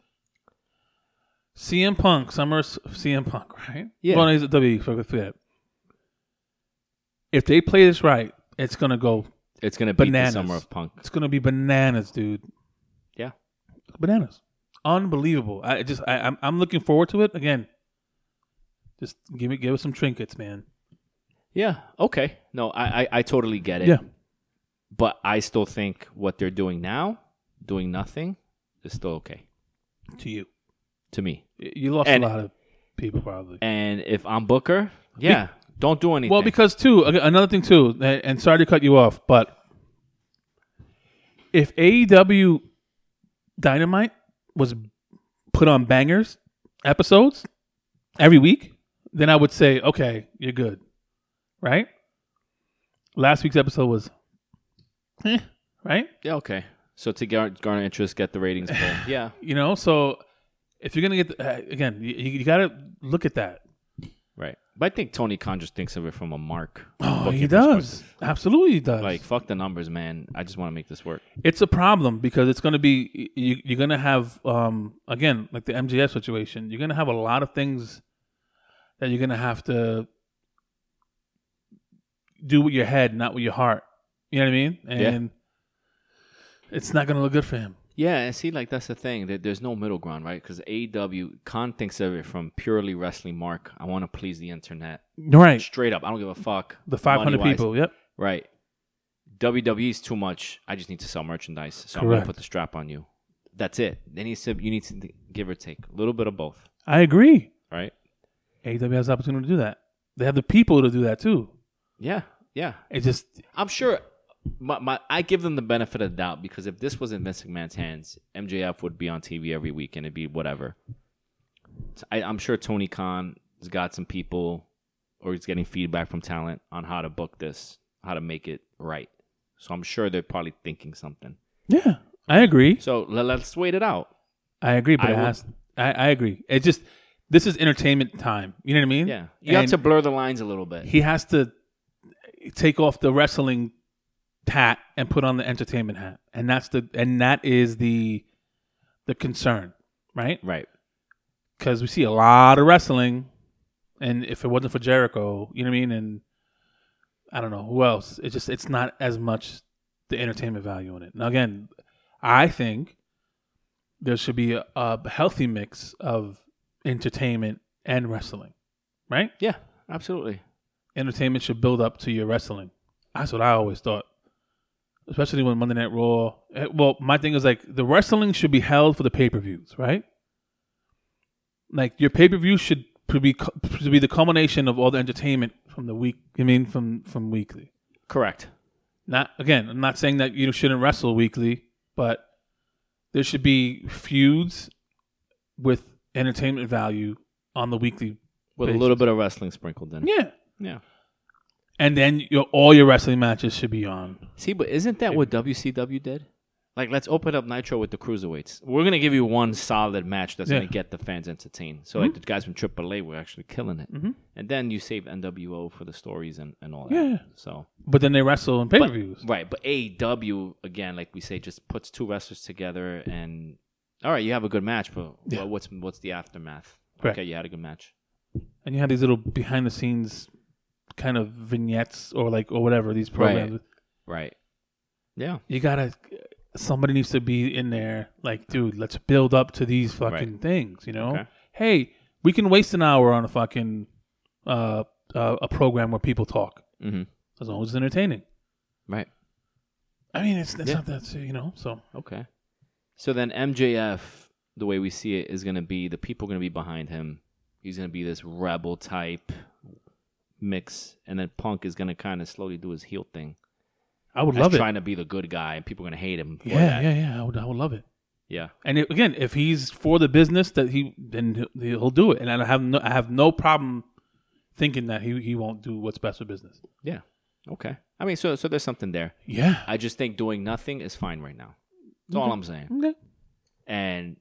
D: CM Punk, Summer S- CM Punk, right?
C: Yeah.
D: Well, no, he's a W. E, fuck that. If they play this right, it's gonna go.
C: It's gonna be the
D: Bananas.
C: summer of punk.
D: It's gonna be bananas, dude.
C: Yeah,
D: Bananas. Unbelievable. I just, I, I'm, I'm looking forward to it again. Just give me, give us some trinkets, man.
C: yeah, okay. No, I I, I totally get it.
D: Yeah.
C: but I still think what they're doing now, doing nothing, is still okay
D: To you,
C: to me.
D: Y- you lost
C: And-
D: a lot of people probably.
C: And if I'm Booker, yeah, don't do anything.
D: Well, because too, ag- another thing too, a- and sorry to cut you off, but if AEW Dynamite was put on bangers episodes every week, then I would say, okay, you're good, right? Last week's episode was, eh, right?
C: yeah, okay. So to gar- garner interest, get the ratings pull.
D: (laughs)
C: Yeah,
D: You know, so if you're gonna get the, uh, again, you, you got to look at that.
C: right. But I think Tony Khan just thinks of it from a mark.
D: Oh, he
C: booking
D: does.
C: perspective.
D: Absolutely, he does.
C: Like fuck the numbers, man. I just want to make this work.
D: it's a problem because it's going to be you, you're going to have um again like the MJF situation. You're going to have a lot of things that you're going to have to do with your head, not with your heart. You know what I mean? And it's not going to look good for him.
C: Yeah, and see, like that's the thing. That there's no middle ground, right? Because AEW Khan thinks of it from purely wrestling mark. I want to please the internet,
D: Right.
C: straight up. I don't give a fuck.
D: The 500
C: money-wise.
D: people. Yep.
C: Right. WWE is too much. I just need to sell merchandise, so I'm gonna
D: Correct.
C: put the strap on you. That's it. Then you said you need to give or take a little bit of both,
D: I agree.
C: right?
D: AEW has the opportunity to do that. They have the people to do that too.
C: Yeah, yeah.
D: It just
C: I'm sure. My, my, I give them the benefit of the doubt because if this was in Vince McMahon's hands, MJF would be on TV every week and it'd be whatever. So I, I'm sure Tony Khan has got some people, or he's getting feedback from talent on how to book this, how to make it right. So I'm sure they're probably thinking something.
D: yeah. I agree.
C: So le- let's wait it out.
D: I agree, but
C: I
D: I,
C: would-
D: asked, I, I agree. It just this is entertainment time. You know what I mean?
C: Yeah, you have
D: And
C: to blur the lines a little bit.
D: He has to take off the wrestling hat and put on the entertainment hat, and that's the and that is the the concern, right?
C: right.
D: Because we see a lot of wrestling, and if it wasn't for Jericho, you know what I mean, and I don't know who else. It's just it's not as much the entertainment value in it. Now again, I think there should be a, a healthy mix of entertainment and wrestling, right?
C: Yeah, absolutely.
D: entertainment should build up to your wrestling. That's what I always thought. especially when Monday Night Raw. eh, Well, my thing is like the wrestling should be held for the pay per views, right? Like your pay per view should p- be cu- should be the culmination of all the entertainment from the week. I mean, from from weekly.
C: Correct.
D: Not again. I'm not saying that you shouldn't wrestle weekly, but there should be feuds with entertainment value on the weekly.
C: With a
D: basis.
C: little bit of wrestling sprinkled in.
D: Yeah,
C: Yeah.
D: and then your all your wrestling matches should be on.
C: See, but isn't that what WCW did? Like, let's open up Nitro with the cruiserweights. We're gonna give you one solid match that's
D: Yeah.
C: gonna get the fans entertained. So, like, the guys from AAA were actually killing it, and then you save NWO for the stories and, and all that.
D: Yeah.
C: So,
D: But then they wrestle in pay per
C: but,
D: views.
C: right? But AEW again, like we say, just puts two wrestlers together, and all right, you have a good match, but
D: Yeah.
C: well, what's what's the aftermath?
D: Correct.
C: Okay, you had a good match.
D: and you had these little behind the scenes kind of vignettes or like or whatever these programs.
C: Right. Yeah.
D: You gotta somebody needs to be in there like, dude, let's build up to these fucking
C: Right.
D: things, you know?
C: Okay.
D: Hey, we can waste an hour on a fucking uh, uh a program where people talk
C: Mm-hmm.
D: as long as it's entertaining.
C: Right.
D: I mean, it's that's
C: Yeah.
D: not that you know. So
C: Okay. So then MJF, the way we see it, is going to be the people going to be behind him. He's going to be this rebel type mix, and then Punk is going to kind of slowly do his heel thing.
D: I would
C: As
D: love it.
C: trying to be the good guy, and people are going to hate him. For
D: yeah,
C: that.
D: yeah, yeah. I would, I would love it.
C: yeah.
D: And it, again, if he's for the business that he, then he'll, he'll do it. And I don't have no, I have no problem thinking that he, he won't do what's best for business.
C: Yeah. Okay. I mean, so so there's something there.
D: Yeah.
C: I just think doing nothing is fine right now. That's
D: Mm-hmm.
C: all I'm saying.
D: Okay.
C: And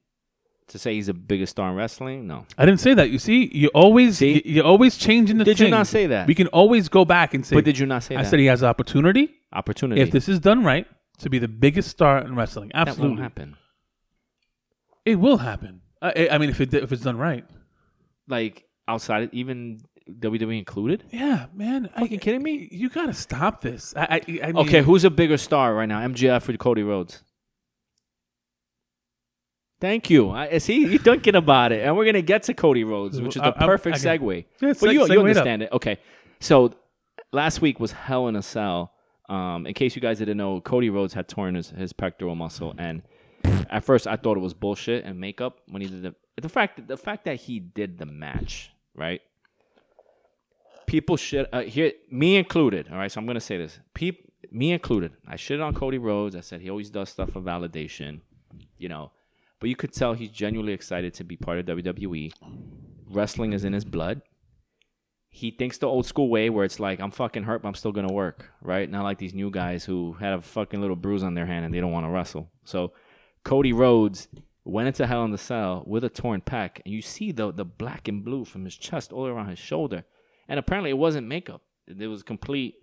C: to say he's the biggest star in wrestling, no.
D: I didn't say that. You see, you always
C: See?
D: you- you're always changing the.
C: Did you
D: thing.
C: not say that?
D: We can always go back and say.
C: But did you not say
D: I
C: that?
D: said he has the opportunity
C: Opportunity.
D: if this is done right to be the biggest star in wrestling.
C: that won't
D: Absolutely,
C: happen.
D: it will happen. I, I mean, if it if it's done right.
C: Like outside, even WWE included.
D: Yeah, man. Are
C: Fucking kidding me?
D: You gotta stop this. I, I, I mean,
C: Okay, who's a bigger star right now, MJF or Cody Rhodes? Thank you. I I see you're thinking about it, and we're gonna get to Cody Rhodes, which is the
D: I- I-
C: perfect
D: I can-
C: segue.
D: Yeah,
C: but
D: seg-
C: you,
D: segue
C: you
D: it
C: understand it, okay? So last week was Hell in a Cell. Um, in case you guys didn't know, Cody Rhodes had torn his, his pectoral muscle, and at first I thought it was bullshit and makeup when he did the the fact that the fact that he did the match right. People shit uh, here, me included. All right, so I'm gonna say this. Peop, me included. I shit on Cody Rhodes. I said he always does stuff for validation, you know. But you could tell he's genuinely excited to be part of E. WWE. Wrestling is in his blood. He thinks the old school way where it's like I'm fucking hurt, but I'm still gonna work, right? Not like these new guys who had a fucking little bruise on their hand and they don't want to wrestle. So Cody Rhodes went into Hell in the Cell with a torn pec, and you see the the black and blue from his chest all around his shoulder. And apparently, it wasn't makeup; it was complete,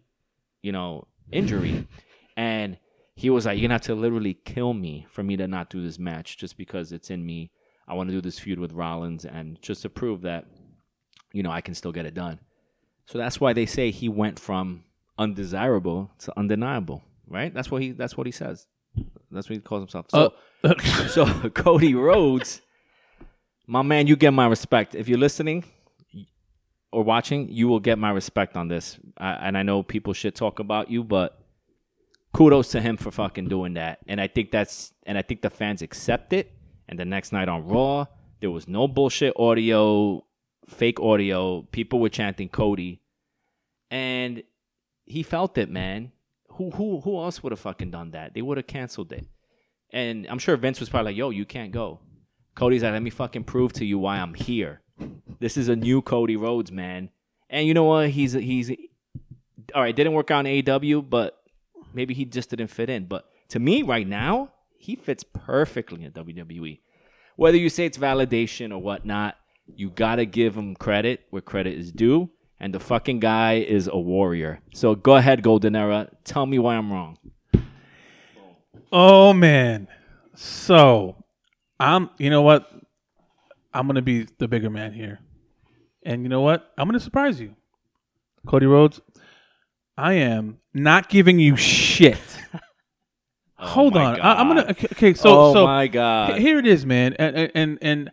C: you know, injury. And he was like, "You're gonna have to literally kill me for me to not do this match, just because it's in me. I want to do this feud with Rollins, and just to prove that, you know, I can still get it done." So that's why they say he went from undesirable to undeniable, right? That's what he. That's what he says. That's what he calls himself.
D: Uh,
C: So, (laughs)
D: (laughs)
C: so Cody Rhodes, my man, you get my respect. If you're listening or watching, you will get my respect on this. I, and I know people should talk about you, but kudos to him for fucking doing that. And I think that's and I think the fans accept it. And the next night on Raw, there was no bullshit audio, fake audio. People were chanting Cody, and he felt it, man. Who who who else would have fucking done that? They would have canceled it. And I'm sure Vince was probably like, "Yo, you can't go." Cody's like, "Let me fucking prove to you why I'm here. This is a new Cody Rhodes, man." And you know what? He's he's all right. Didn't work out in AW, but maybe he just didn't fit in. But to me, right now, he fits perfectly in WWE. Whether you say it's validation or whatnot, you gotta give him credit where credit is due. And the fucking guy is a warrior. So go ahead, Golden Era. Tell me why I'm wrong.
D: Oh man. So I'm you know what? I'm gonna be the bigger man here. And you know what? I'm gonna surprise you. Cody Rhodes, I am not giving
C: (laughs)
D: you shit. Hold
C: Oh my
D: on. I, am
C: God.
D: gonna okay, okay, so
C: oh
D: so
C: my
D: he-
C: god.
D: here it is, man. And and- and and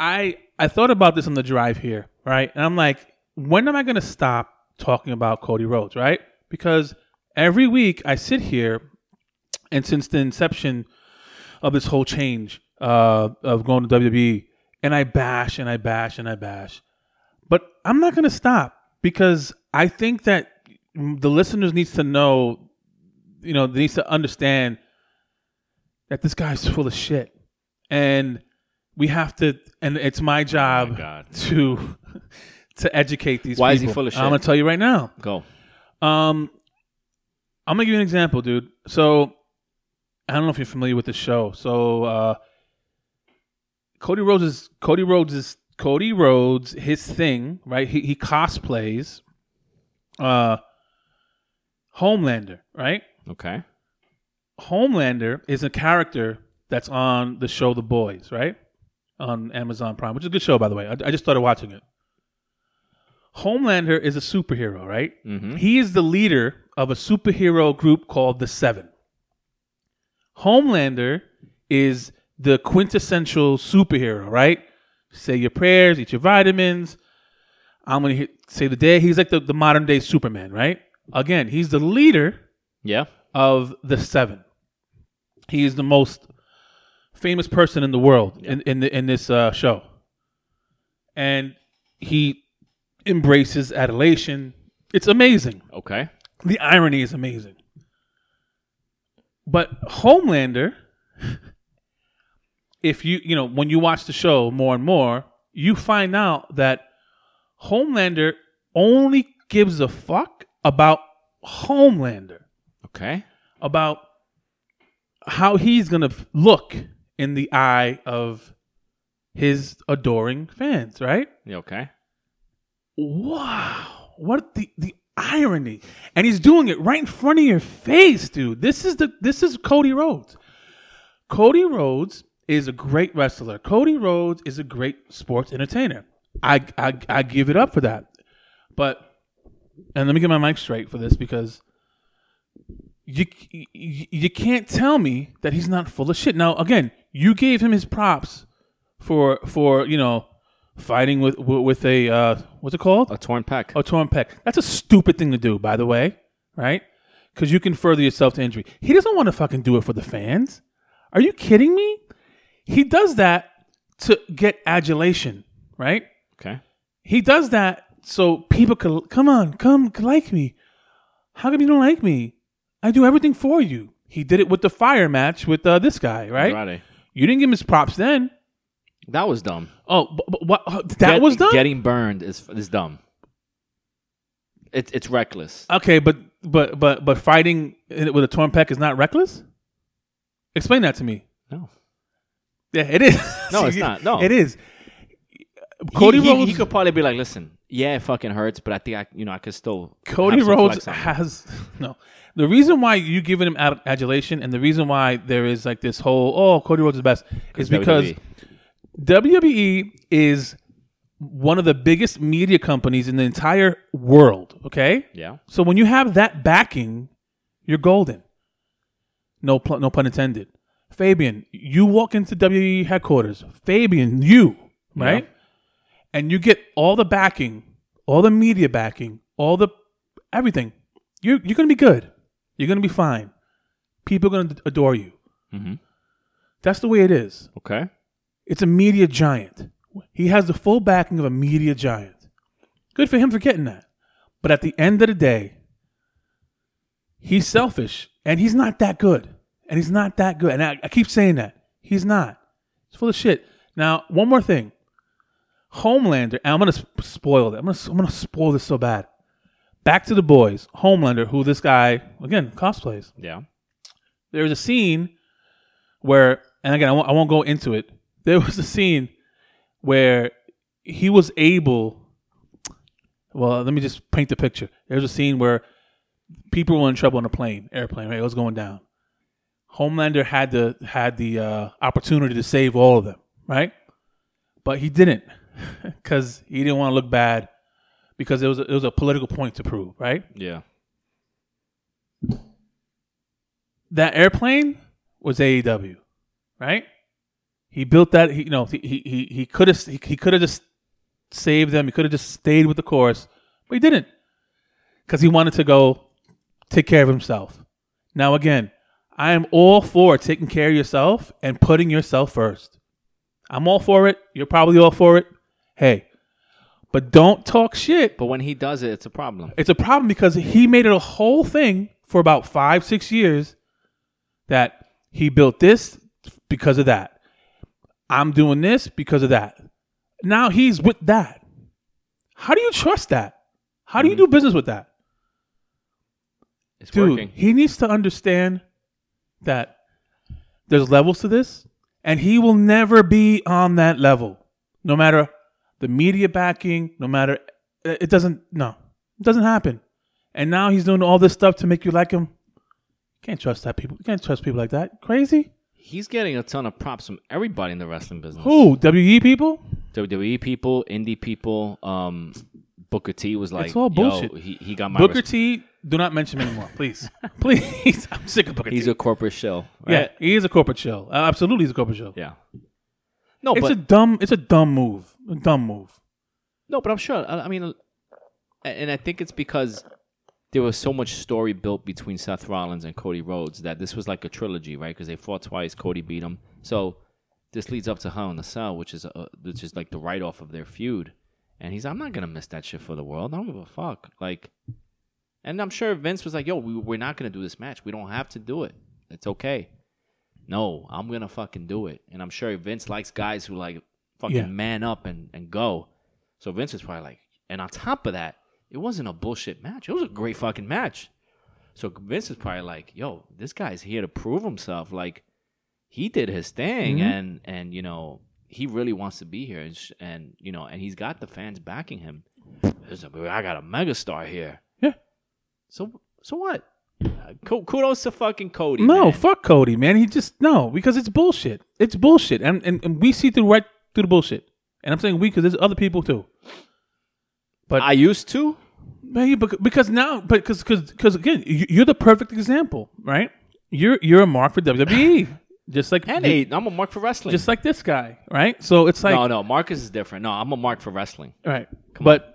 D: I I thought about this on the drive here, right? And I'm like, when am I gonna stop talking about Cody Rhodes, right? Because every week I sit here, and since the inception of this whole change uh, of going to WWE, and I bash and I bash and I bash, but I'm not gonna stop because I think that the listeners needs to know, you know, they needs to understand that this guy's full of shit, and we have to, and it's my job
C: Oh God.
D: to (laughs) to educate these.
C: Why is he
D: people.
C: full of
D: I'm
C: shit?
D: gonna tell you right now.
C: Go.
D: Um, I'm gonna give you an example, dude. So I don't know if you're familiar with the show. So uh, Cody Rhodes is Cody Rhodes is Cody Rhodes. His thing, right? He he cosplays, uh, Homelander, right?
C: Okay.
D: Homelander is a character that's on the show The Boys, right? On Amazon Prime, which is a good show, by the way. I, I just started watching it. Homelander is a superhero, right?
C: Mhm.
D: He is the leader of a superhero group called the Seven. Homelander is the quintessential superhero, right? Say your prayers, eat your vitamins. I'm going to say the day. He's like the, the modern day Superman, right? Again, he's the leader
C: Yeah.
D: of the seven. He is the most famous person in the world in in, the, in this uh, show, and he embraces adulation. It's amazing.
C: Okay.
D: The irony is amazing. But Homelander, (laughs) if you you know when you watch the show more and more, you find out that Homelander only gives a fuck about Homelander
C: Okay.
D: about how he's going to look in the eye of his adoring fans, right?
C: Yeah, okay.
D: Wow. What the the irony. And he's doing it right in front of your face, dude. This is the this is Cody Rhodes. Cody Rhodes is a great wrestler. Cody Rhodes is a great sports entertainer. I I, I give it up for that. But and let me get my mic straight for this because you, you you can't tell me that he's not full of shit. Now again, you gave him his props for for you know fighting with with a uh, what's it called
C: A torn peck.
D: a Oh, torn pec. That's a stupid thing to do, by the way, right? Because you can further yourself to injury. He doesn't want to fucking do it for the fans. Are you kidding me? He does that to get adulation, right?
C: Okay.
D: He does that so people could come on, come like me. How come you don't like me? I do everything for you. He did it with the fire match with uh, this guy, right?
C: Andrade.
D: You didn't give him his props then.
C: That was dumb.
D: Oh, but, but what? That
C: Get-
D: was done.
C: Getting burned is is dumb. It, it's reckless.
D: Okay, but but but but fighting in- with a torn pec is not reckless. Explain that to me.
C: No.
D: Yeah, it is. (laughs)
C: No, it's not. No.
D: it is. Cody
C: he, he-
D: Rhodes.
C: He could probably be like, listen, yeah, it fucking hurts, but I think I, you know, I could still.
D: Cody
C: have some
D: Rhodes
C: flex on me."
D: has (laughs) no. The reason why you giving him ad- adulation and the reason why there is like this whole oh Cody Rhodes is the best is because
C: WWE. E.
D: WWE is one of the biggest media companies in the entire world. Okay.
C: Yeah.
D: So when you have that backing, you're golden. No, pl- no pun intended. Fabian, you walk into WWE headquarters. Fabian, you
C: Yeah.
D: right, and you get all the backing, all the media backing, all the everything. You you're gonna be good. You're gonna be fine. People are gonna adore you.
C: Mhm.
D: That's the way it is.
C: Okay.
D: It's a media giant. He has the full backing of a media giant. Good for him for getting that. But at the end of the day, he's selfish and he's not that good. And he's not that good. And I, I keep saying that. He's not. He's full of shit. Now, one more thing. Homelander, and I'm going to spoil it. I'm going to I'm gonna spoil this so bad. Back to the boys. Homelander, who this guy, again, cosplays
C: Yeah.
D: there was a scene where, and again, I won't, I won't go into it. There was a scene where he was able. Well, let me just paint the picture. There was a scene where people were in trouble on a plane, airplane, right? It was going down. Homelander had the had the uh, opportunity to save all of them, right? But he didn't (laughs) because he didn't want to look bad because it was a, it was a political point to prove, right?
C: Yeah.
D: that airplane was AEW, right? He built that. He, you know, he he he could have he, he could have just saved them. He could have just stayed with the course, but he didn't because he wanted to go take care of himself. Now, again, I am all for taking care of yourself and putting yourself first. I'm all for it. You're probably all for it. Hey, but don't talk shit.
C: But when he does it, it's a problem.
D: It's a problem because he made it a whole thing for about five, six years that he built this because of that. I'm doing this because of that. Now he's with that. How do you trust that? How do you do business with that?
C: It's
D: Dude,
C: working.
D: he needs to understand that there's levels to this, and he will never be on that level. No matter the media backing, no matter uh, it it doesn't no. It doesn't happen. And now he's doing all this stuff to make you like him. Can't trust that people. Can't trust people like that. Crazy?
C: He's getting a ton of props from everybody in the wrestling business.
D: Who? WE people?
C: WWE E people, indie people. Um, Booker T was like,
D: It's all
C: "Yo,
D: bullshit."
C: he, he got my
D: Booker
C: res-
D: T, do not mention him anymore, please. (laughs) please. I'm sick of Booker
C: He's
D: T.
C: a corporate shell.
D: yeah,
C: Right?
D: he is a corporate show. Uh, absolutely he's a corporate show.
C: Yeah. No,
D: it's
C: but
D: a dumb it's a dumb move. A dumb move.
C: No, but I'm sure. I, I mean, uh, and I think it's because there was so much story built between Seth Rollins and Cody Rhodes that this was like a trilogy, right? Because they fought twice, Cody beat him. So this leads up to Hell in the Cell, which is uh which is like the write off of their feud. And he's, I'm not gonna miss that shit for the world. I don't give a fuck. Like, and I'm sure Vince was like, Yo, we, we're not gonna do this match. We don't have to do it. It's okay. No, I'm gonna fucking do it. And I'm sure Vince likes guys who like fucking
D: Yeah.
C: man up and and go. So Vince was probably like, and on top of that, it wasn't a bullshit match. It was a great fucking match. So Vince is probably like, yo, this guy's here to prove himself. Like, he did his thing,
D: Mm-hmm.
C: and and you know he really wants to be here, and, sh- and you know, and he's got the fans backing him. There's a, I got a megastar here.
D: Yeah.
C: So so what? Uh, ku- kudos to fucking Cody.
D: No,
C: man.
D: fuck Cody, man. He just no, because it's bullshit. It's bullshit, and and, and we see through right through the bullshit. And I'm saying we because there's other people too. But
C: I used to.
D: man, you- bec- because now, but because because because again, you- you're the perfect example, right? You're you're a mark for WWE, just like
C: And
D: ju-
C: hey, I'm a mark for wrestling.
D: just like this guy, right? So it's like
C: no, no, Marcus is different. No, I'm a mark for wrestling.
D: right, but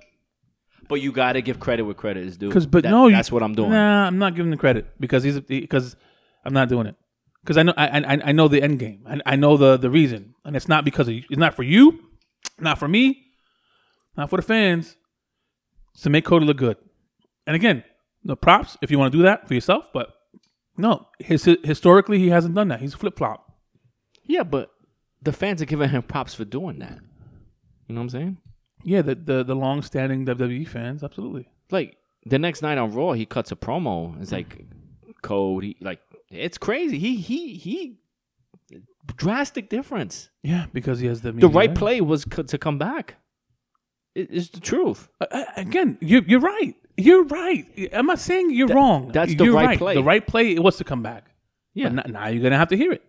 C: But you got to give credit where credit is due.
D: Because, but
C: That-
D: no, you-
C: that's what I'm doing.
D: Nah, I'm not giving the credit because he's because I'm not doing it because I know I, I I know the end game. I, I know the the reason, and it's not because of you. It's not for you, not for me, not for the fans. It's to make Cody look good. And again, the props if you want to do that for yourself, but no, his, historically he hasn't done that. He's flip flop.
C: Yeah, but the fans are giving him props for doing that. You know what I'm saying?
D: Yeah, the the the long standing WWE E fans, absolutely.
C: Like the next night on Raw, he cuts a promo. It's like Cody, like it's crazy. He he he drastic difference.
D: Yeah, because he has the
C: The
D: media.
C: right play was co- to come back. It- it's the truth.
D: Uh, again, you're, you're right. You're right. I'm not saying you're wrong.
C: that's the
D: You're
C: right play.
D: The right play was to come back.
C: Yeah,
D: But n- now you're gonna have to hear it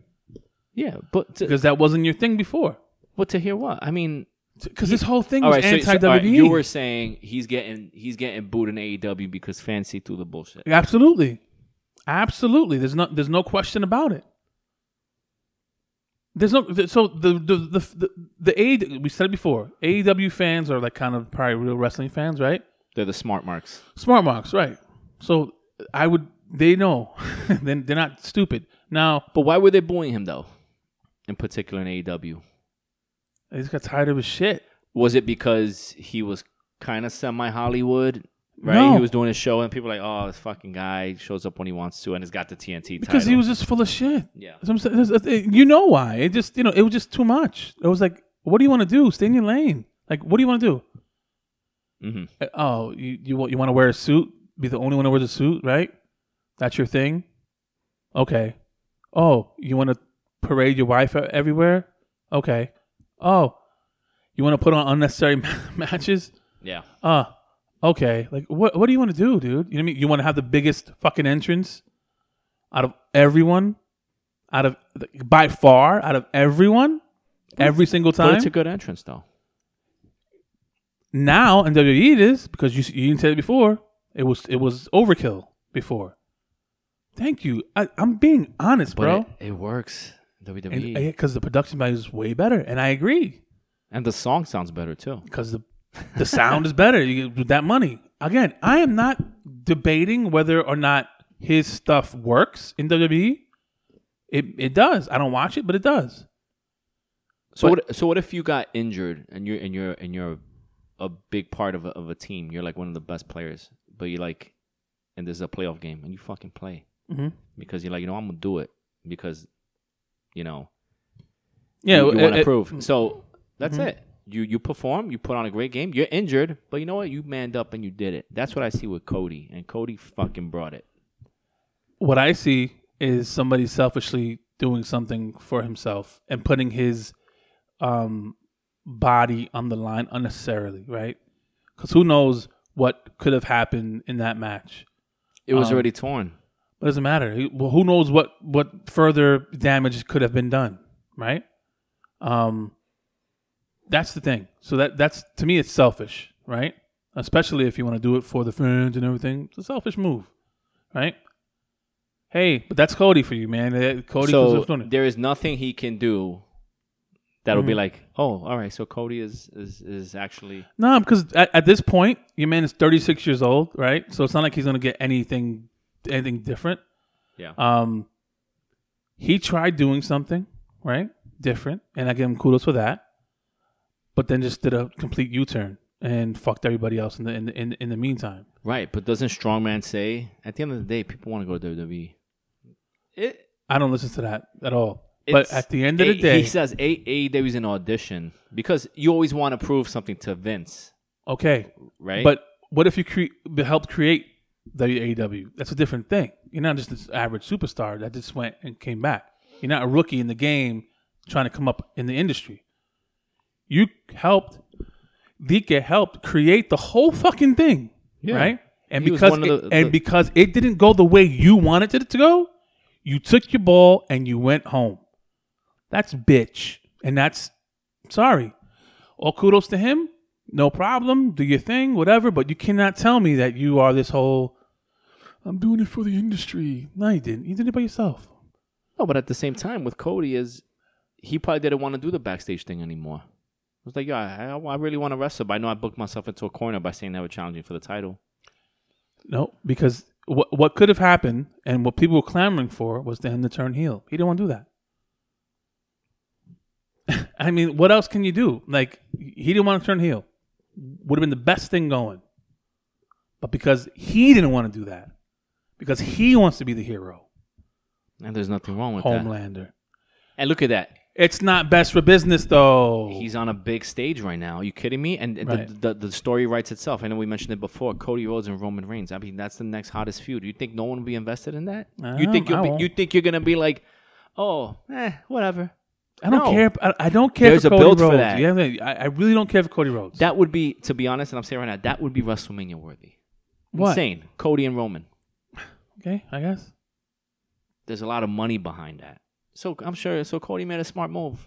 C: yeah. But to,
D: because that wasn't your thing before.
C: but to hear what? I mean,
D: Because this whole thing
C: all
D: was E.
C: right. So,
D: anti
C: so,
D: WWE.
C: all right, you were saying he's getting he's getting booed in AEW because fans see through the bullshit.
D: Absolutely, absolutely. There's no there's no question about it. There's no th- so the the the the, the A we said it before. AEW fans are like kind of probably real wrestling fans, right?
C: They're the smart marks.
D: Smart marks, right? So I would they know (laughs) then they're not stupid. Now
C: But why were they booing him though? In particular, in E AEW.
D: They just got tired of his shit.
C: Was it because he was kind of semi Hollywood? Right,
D: No.
C: he was doing his show, and people were like, "Oh, this fucking guy shows up when he wants to, and has got the TNT
D: Because
C: title."
D: he was just full of shit.
C: Yeah.
D: So I'm saying, that's- that's- it- you know why? It just you know it was just too much. It was like, what do you want to do? Stay in your lane. Like, what do you want to do?
C: Mhm.
D: Uh, Oh, you you want you want to wear a suit? Be the only one who wears a suit, right? That's your thing. Okay. Oh, you want to parade your wife e- everywhere? Okay. Oh, you want to put on unnecessary (laughs) matches?
C: yeah,
D: uh okay like what what do you want to do dude you know what i mean you want to have the biggest fucking entrance out of everyone out of by far out of everyone every single
C: but
D: time
C: it's a good entrance though.
D: now in wwe it is because you you said it before it was it was overkill before thank you I, i'm being honest
C: But
D: bro
C: it, it works E. WWE,
D: and uh,
C: and,
D: because the production value is way better and i agree
C: the song sounds better too.
D: because the the sound is better you, get- with that money. Again, I am not debating whether or not his stuff works in WWE, it it does. I don't watch it, but it does.
C: So what, so what if you got injured and you're and you're and you're a big part of a, of a team? You're like one of the best players, but you're like, and there's a playoff game and you fucking play
D: Mhm.
C: because you're like, you know, I'm gonna do it because, you know,
D: Yeah,
C: you,
D: it- Mm-hmm.
C: want to
D: it-
C: prove. So that's it. You you perform, you put on a great game. You're injured, but you know what? You manned up and you did it. That's what I see with Cody, and Cody fucking brought it.
D: what I see is somebody selfishly doing something for himself and putting his um, body on the line unnecessarily, right? Because who knows what could have happened in that match?
C: It was
D: Um,
C: already torn.
D: It doesn't matter. He- Well, who knows what what further damage could have been done, right? Um, that's the thing. So that that's to me, it's selfish, right? Especially if you want to do it for the fans and everything, it's a selfish move, right? Hey, but that's Cody for you, man. Eh, Cody,
C: so
D: was doing it.
C: there is nothing he can do that'll
D: Mm-hmm.
C: be like, oh, all right. So Cody is is is actually
D: no, because at, at this point, your man is thirty six years old, right? So it's not like he's gonna get anything anything different.
C: yeah.
D: Um, he tried doing something right different, and I give him kudos for that. But then just did a complete U turn and fucked everybody else in the in the, in, the- in the meantime.
C: Right, but doesn't Strongman say at the end of the day people want to E. go to WWE? It,
D: I don't listen to that at all. But
C: it's-
D: at the end of the
C: A- E
D: day,
C: he says A- AEW is an audition because you always want to prove something to Vince,
D: okay.
C: right?
D: But what if you cre- helped create WAW? That's a different thing. You're not just this average superstar that just went and came back. You're not a rookie in the game trying to come up in the industry. You helped, Dika helped create the whole fucking thing,
C: Yeah.
D: right? And
C: He was
D: because
C: one of
D: it-
C: the-
D: and
C: the-
D: because it didn't go the way you wanted it to go, you took your ball and you went home. That's bitch, and that's sorry. All kudos to him. No problem. Do your thing, whatever. But you cannot tell me that you are this whole. I'm doing it for the industry. No, you didn't. You did it by yourself.
C: no, but at the same time with Cody is he probably didn't want to do the backstage thing anymore. It was like, yeah, I, I really want to wrestle, but I know I booked myself into a corner by saying they were challenging for the title.
D: No, because what what could have happened and what people were clamoring for was to him to turn heel. He didn't want to do that. (laughs) I mean, what else can you do? Like he didn't want to turn heel. Would have been the best thing going. But because he didn't want to do that, because he wants to be the hero,
C: And there's nothing wrong with that.
D: Homelander.
C: And look at that.
D: It's not best for business though.
C: He's on a big stage right now. Are you kidding me? And the,
D: Oh. Right.
C: the, the story writes itself. I know we mentioned it before. Cody Rhodes and Roman Reigns. I mean, that's the next hottest feud. You think no one will be invested in that? you
D: Um,
C: think
D: I
C: you'll
D: won't.
C: be, you think you're gonna be like, oh, eh, whatever.
D: I don't
C: No.
D: care. I, I don't care.
C: There's
D: for
C: a
D: Cody
C: build for
D: Rhodes.
C: that.
D: Yeah, I, I really don't care for Cody Rhodes.
C: That would be, to be honest, and I'm saying right now, that would be WrestleMania worthy.
D: What?
C: Insane. Cody and Roman.
D: Okay, I guess.
C: There's a lot of money behind that. So I'm sure. So Cody made a smart move.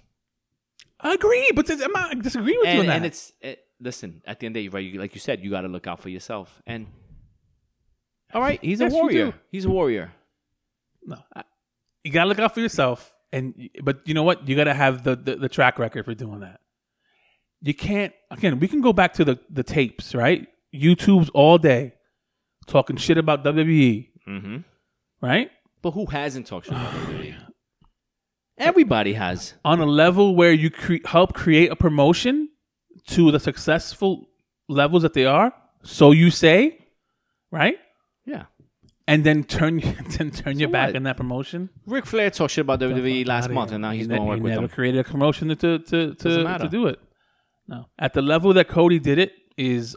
D: I agree, but this- I'm not disagreeing with you on
C: and,
D: that.
C: and it's it, listen at the end of the day, right? You, like you said, you got to look out for yourself. And all right, he's
D: Yes,
C: a
D: you
C: warrior.
D: do.
C: He's a warrior.
D: no, I- you gotta look out for yourself, and but you know what? You gotta have the, the the track record for doing that. You can't. Again, we can go back to the the tapes, right? YouTube's all day talking shit about WWE,
C: Mm-hmm.
D: right?
C: But who hasn't talked shit about WWE? Everybody has.
D: on a level where you cre- help create a promotion to the successful levels that they are, so you say, right?
C: Yeah.
D: And then turn (laughs) then turn your back
C: what?
D: on that promotion.
C: Ric Flair talked shit about WWE last
D: Outta
C: month,
D: here.
C: and now
D: He
C: he's
D: ne-
C: going to work
D: he
C: with
D: never
C: them.
D: created a promotion to to to,
C: Doesn't
D: to,
C: matter.
D: to do it. No, at the level that Cody did it is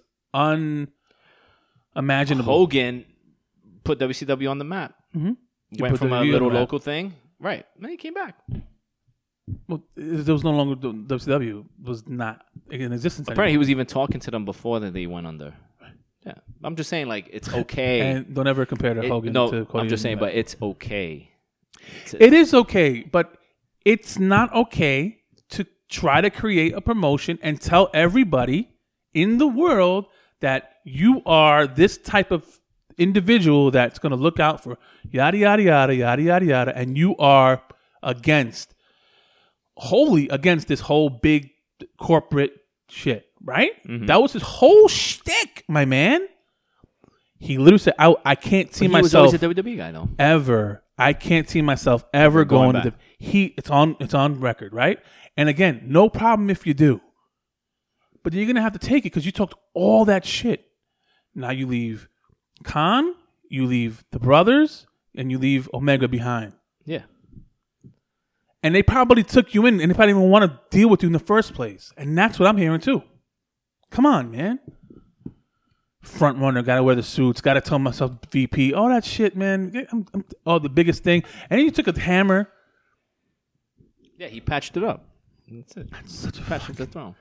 D: unimaginable.
C: Hogan put WCW on the map. Mm-hmm. Went
D: put
C: from a
D: WWE on
C: little
D: the map.
C: local thing, right? And he came back.
D: Well, there was no longer WCW was not in existence.
C: Apparently, he was even talking to them before that they went under. Yeah, I'm just saying, like (laughs) it's okay.
D: anymore. and don't ever compare the
C: It-
D: Hogan
C: no,
D: to Cody.
C: I'm just saying,
D: Rhodes.
C: but it's okay.
D: It is okay, but it's not okay to try to create a promotion and tell everybody in the world that you are this type of individual that's going to look out for yada yada yada yada yada yada and you are against wholly against this whole big
C: Mm-hmm.
D: corporate shit, right? That was his whole shtick, my man. He literally said, "I I can't see
C: he was
D: myself
C: always a WWE guy though.
D: ever. I can't see myself ever
C: Going
D: going, to the,
C: back.
D: he. It's on. It's on record, right? And again, no problem if you do, but you're gonna have to take it because you talked all that shit. Now you leave Khan, you leave the brothers, and you leave Omega behind.
C: Yeah,
D: And they probably took you in, and they probably didn't even want to deal with you in the first place. And that's what I'm hearing too. Come on, man. Front runner, gotta wear the suits, gotta tell myself VP, all that shit, man. Get- I'm, I'm- oh, the biggest thing. And then you took a hammer.
C: yeah, he patched it up. That's it.
D: Such a
C: Patched the throne.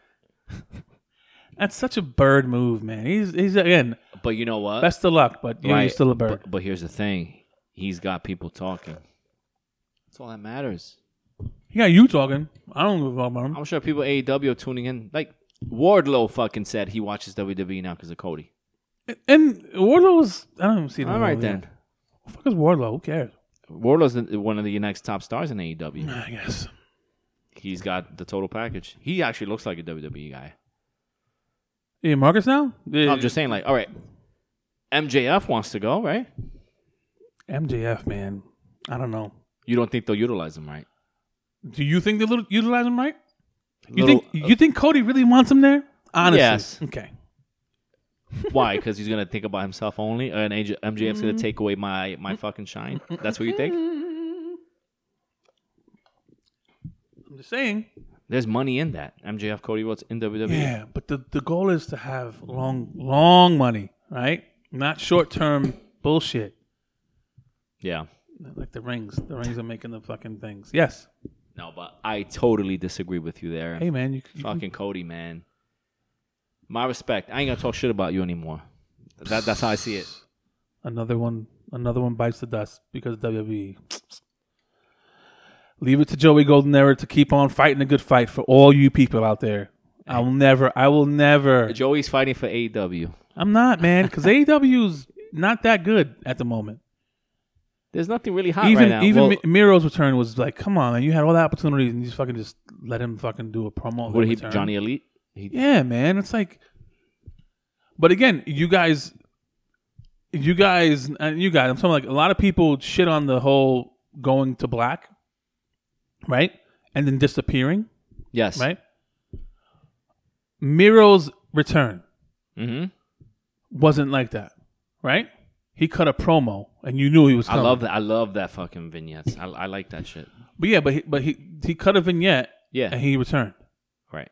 D: That's such a bird move, man. He's he's again
C: But you know what?
D: best of luck, but you're, you're
C: Uh, Right,
D: still a bird.
C: But, but here's the thing: he's got people talking. That's all that matters.
D: yeah, you talking. I don't give a fuck about him.
C: I'm sure people at AEW are tuning in. Like Wardlow fucking said, he watches WWE now because of Cody.
D: And Wardlow's I don't even see that.
C: All right then,
D: Who the fuck is Wardlow? Who cares?
C: Wardlow's the- one of the next top stars in E AEW.
D: I guess.
C: He's got the total package. He actually looks like a WWE guy.
D: Yeah, Marcus now?
C: I'm just saying, like, all right, MJF wants to go, right?
D: MJF, man. I don't know.
C: You don't think they'll utilize him, right?
D: Do you think they will utilize him right? You
C: Little- (laughs)
D: think you think Cody really wants him there? Honestly,
C: Yes.
D: Okay.
C: Why? Because he's gonna think about himself only, and AJ MJF's
D: Mm-hmm.
C: gonna take away my my fucking shine. That's what you think?
D: I'm just saying.
C: There's money in that. MJF Cody Rhodes in E. WWE.
D: Yeah, but the the goal is to have long long money, right? Not short term bullshit
C: yeah.
D: like the rings. The rings are making the fucking things. Yes.
C: No, but I totally disagree with you there.
D: Hey man, you, you
C: Fucking Cody, man. My respect. I ain't gonna talk shit about you anymore. That, that's how I see it.
D: another one another one bites the dust because WWE. Leave it to Joey Golden Era to keep on fighting a good fight for all you people out there. I will never, I will never.
C: Joey's fighting for E AEW.
D: I'm not, man, because AEW's not that good at the moment.
C: There's nothing really hot
D: even
C: right now.
D: even
C: Well,
D: Mi- Miro's return was like, come on, man, you had all the opportunities and you just fucking just let him fucking do a promo. of
C: who
D: the
C: did he?
D: return.
C: Johnny Elite. He,
D: Yeah, man, it's like. But again, you guys, you guys, and you guys. I'm talking like a lot of people shit on the whole going to black, right, and then disappearing,
C: Yes.
D: right. Miro's return
C: Mm-hmm.
D: wasn't like that, right? He cut a promo, and you knew he was.
C: I
D: Coming.
C: love that. I love that fucking vignettes. I, I like that shit.
D: But yeah, but he, but he he cut a vignette
C: Yeah.
D: and he returned.
C: right.